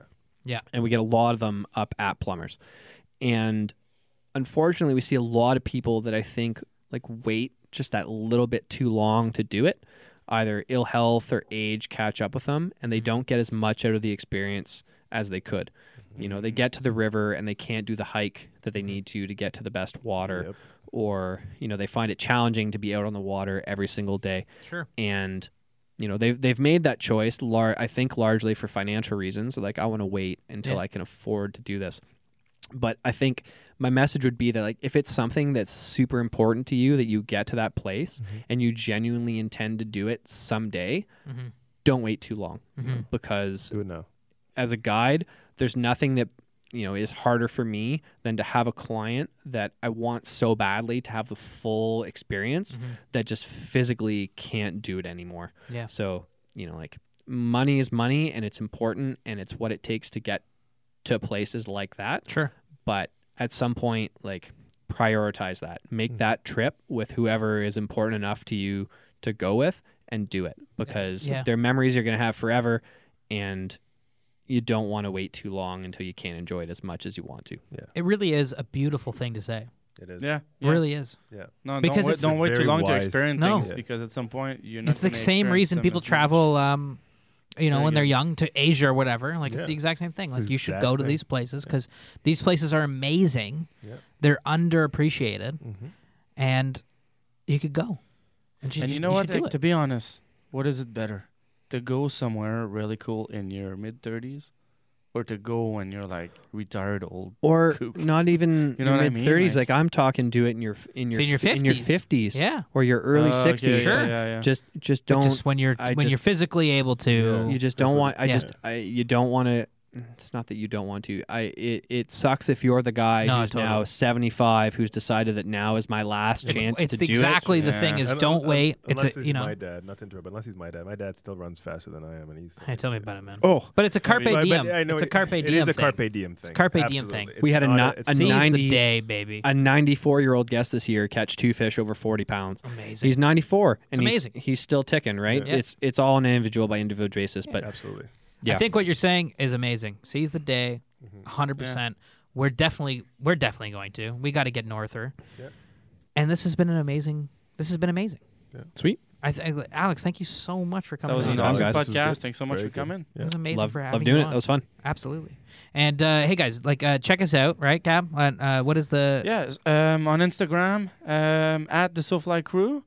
S1: Yeah.
S4: and we get a lot of them up at plumbers, and unfortunately, we see a lot of people that I think like wait just that little bit too long to do it. Either ill health or age catch up with them, and they don't get as much out of the experience as they could. You know, they get to the river and they can't do the hike that they need to to get to the best water,
S3: Yep.
S4: or you know, they find it challenging to be out on the water every single day
S1: Sure.
S4: and you know they've they've made that choice lar- i think largely for financial reasons like i want to wait until
S1: Yeah.
S4: i can afford to do this but i think my message would be that like if it's something that's super important to you that you get to that place and you genuinely intend to do it someday
S1: Mhm.
S4: don't wait too long
S1: Mhm.
S4: because
S3: Do it now.
S4: as a guide, there's nothing that you know is harder for me than to have a client that I want so badly to have the full experience that just physically can't do it anymore.
S1: Yeah.
S4: So you know, like money is money and it's important and it's what it takes to get to places like that.
S1: Sure.
S4: But at some point, like prioritize that. Make that trip with whoever is important enough to you to go with and do it because
S1: yeah.
S4: their memories you're going to have forever and you don't want to wait too long until you can't enjoy it as much as you want to.
S1: It really is a beautiful thing to say.
S3: It is.
S5: Yeah,
S1: It really is.
S3: Yeah.
S5: No,
S1: Because
S5: don't, wait,
S1: it's a
S5: don't wait too
S3: very
S5: long to
S3: wise-
S5: experience
S1: No.
S5: things
S3: Yeah.
S5: because at some point you're not.
S1: It's the
S5: gonna
S1: same
S5: experience
S1: reason
S5: them
S1: people
S5: as much.
S1: travel, um, you know,
S5: very
S1: when they're
S5: good.
S1: young to Asia or whatever. Like
S3: Yeah.
S1: it's the exact same thing.
S3: It's
S1: Like
S3: the
S1: you should
S3: exact
S1: go to
S3: thing.
S1: these places because these places are amazing.
S3: Yeah.
S1: They're underappreciated,
S3: Mhm.
S1: and you could go. And,
S5: And you know what? Like, to be honest, what is it better to go somewhere really cool in your mid thirties, or to go when you're like retired old?
S4: Or
S5: Kook.
S4: not even
S5: You know what I
S4: mid
S5: mean?
S4: 30s
S5: Like-
S4: like, I'm talking do it in your f- in your
S1: In your
S4: f- in your
S1: 50s.
S4: 50s
S1: yeah,
S4: or your early
S5: Oh, okay,
S4: 60s.
S5: yeah,
S1: Sure.
S5: yeah, yeah.
S4: Just just
S1: But
S4: don't
S1: just when you're
S4: I
S1: when you're
S4: just-
S1: physically able to.
S3: Yeah.
S4: you just
S3: That's
S4: don't want
S3: what-
S4: i
S1: yeah.
S4: just i you don't want to it's not that you don't want to i it, it sucks if you're the guy
S1: No,
S4: who's
S1: totally.
S4: now 75 who's decided that now is my last
S1: It's,
S4: chance
S1: it's
S4: to
S1: the-
S4: do
S1: exactly the thing
S5: Yeah.
S1: is
S3: Un-
S1: don't
S3: un-
S1: wait.
S3: Unless
S1: It's a,
S3: he's
S1: you know.
S3: my dad. Not to interrupt, but unless he's my dad. My dad still runs faster than I am, and he's.
S1: Hey, tell me about it, man.
S4: it oh
S1: But it's a carpe
S5: But-
S3: But- but
S1: diem.
S3: I know
S1: it's a
S3: it-
S1: carpe diem.
S3: It is a
S1: thing.
S3: carpe diem thing.
S1: carpe diem
S3: Absolutely.
S1: thing.
S3: It's
S4: We had a
S3: not
S4: not-
S3: it's
S4: a
S1: Seize
S3: not-
S4: 90
S1: the day, baby.
S4: a 94 year old guest this year catch two fish over 40 pounds
S1: Amazing.
S4: he's 94 and he's,
S1: amazing.
S4: he's still ticking right
S1: Yeah.
S4: it's it's all on an individual by individual basis but
S3: Absolutely.
S4: yeah
S1: I think what you're saying is amazing. Seize the day, 100. percent We're definitely we're definitely going to. We got to get Norther.
S3: Yeah.
S1: And this has been an amazing. This has been amazing.
S4: sweet
S1: I th- Alex, thank you so much for coming.
S5: That was
S1: on.
S5: an
S4: Anytime,
S5: awesome
S4: guys.
S3: This was
S5: podcast.
S3: good.
S5: Thanks so much
S3: Very
S5: for
S3: good.
S5: coming.
S1: It was amazing
S4: love
S1: for having
S4: love doing
S1: you
S4: it
S1: on.
S4: that was fun
S1: Absolutely. And uh, hey guys, like uh, check us out, right, Gab? On, uh, what is the
S5: Yeah, um, on Instagram um, at the SoFly Crew.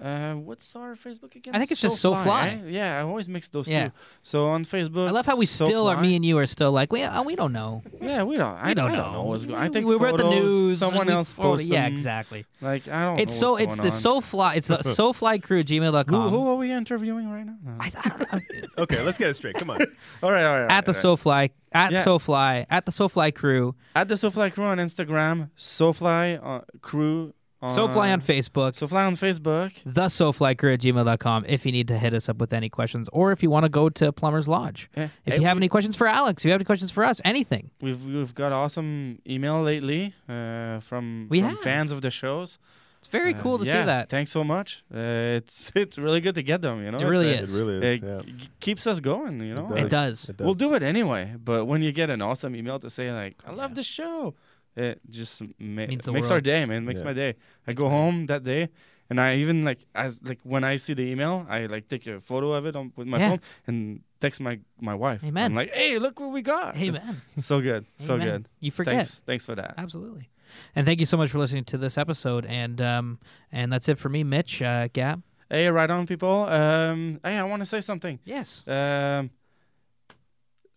S5: Uh, what's our Facebook again?
S1: I think it's just SoFly.
S5: eh? Yeah, I always mix those
S1: Yeah.
S5: two. So on Facebook,
S1: I love how we still are.
S5: SoFly.
S1: Me and you are still like we uh, we don't know.
S5: Yeah, we don't. I,
S1: We don't, know.
S5: I don't know what's going. I think
S1: we were at the
S5: photos,
S1: news. and
S5: Someone
S1: we
S5: else
S1: photo-
S5: posted.
S1: Yeah, exactly.
S5: Like I don't.
S1: It's
S5: know
S1: so
S5: what's
S1: it's the
S5: going on.
S1: SoFly. It's the SoFly crew
S5: Who,
S1: gmail.com.
S5: who are we interviewing right now? No.
S1: I, I don't know.
S3: Okay, let's get it straight. Come on.
S5: all right, all right. all
S1: at
S5: right,
S1: the
S5: all
S1: SoFly,
S5: right.
S1: at
S5: Yeah.
S1: SoFly, at the SoFly crew,
S5: at the SoFly crew on Instagram, SoFly uh, crew, on,
S1: SoFly on Facebook,
S5: SoFly on Facebook.
S1: the SoFly crew at gmail.com if you need to hit us up with any questions or if you want to go to Plumber's Lodge.
S5: Yeah.
S1: If
S5: Hey,
S1: you have any questions for Alex, if you have any questions for us, anything.
S5: We've we've got awesome email lately uh, from,
S1: We
S5: from
S1: have.
S5: fans of the shows.
S1: It's very
S5: Uh,
S1: cool to
S5: yeah,
S1: see that.
S5: Thanks so much. Uh, it's it's really good to get them. You know,
S1: It really
S5: It's,
S3: It
S1: is.
S3: really is.
S5: uh,
S3: yeah.
S5: it g- keeps us going. You know,
S1: It does.
S3: It
S5: We'll do it anyway. But when you get an awesome email to say like, "I love the show," it just ma-
S1: Means
S5: makes
S1: the
S5: our
S1: world.
S5: day, man. Makes
S3: Yeah.
S5: my day. I go home that day, and I even like as like when I see the email, I like take a photo of it on, with my
S1: Yeah.
S5: phone and text my my wife.
S1: Amen.
S5: I'm like, "Hey, look what we got!"
S1: Hey,
S5: It's
S1: man.
S5: So good, so
S1: Amen.
S5: good.
S1: You forget.
S5: Thanks, thanks for that.
S1: Absolutely. And thank you so much for listening to this episode. And um, and that's it for me, Mitch. Uh, Gab.
S5: Hey, right on, people. Um, hey, I want to say something.
S1: Yes.
S5: Um,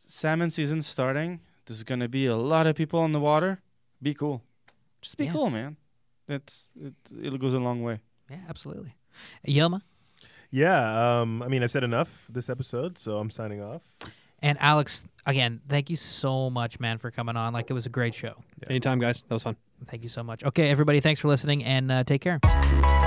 S5: salmon season starting. There's gonna be a lot of people on the water. Be cool. Just be
S1: Yeah.
S5: cool, man. It's it, it goes a long way.
S1: Yeah, absolutely. Yelma
S3: Yeah. Um, I mean, I've said enough this episode, so I'm signing off.
S1: and Alex, again, thank you so much, man, for coming on. Like, it was a great show.
S3: Yeah.
S4: anytime guys that was fun
S1: Thank you so much. Okay, everybody, thanks for listening and uh, take care.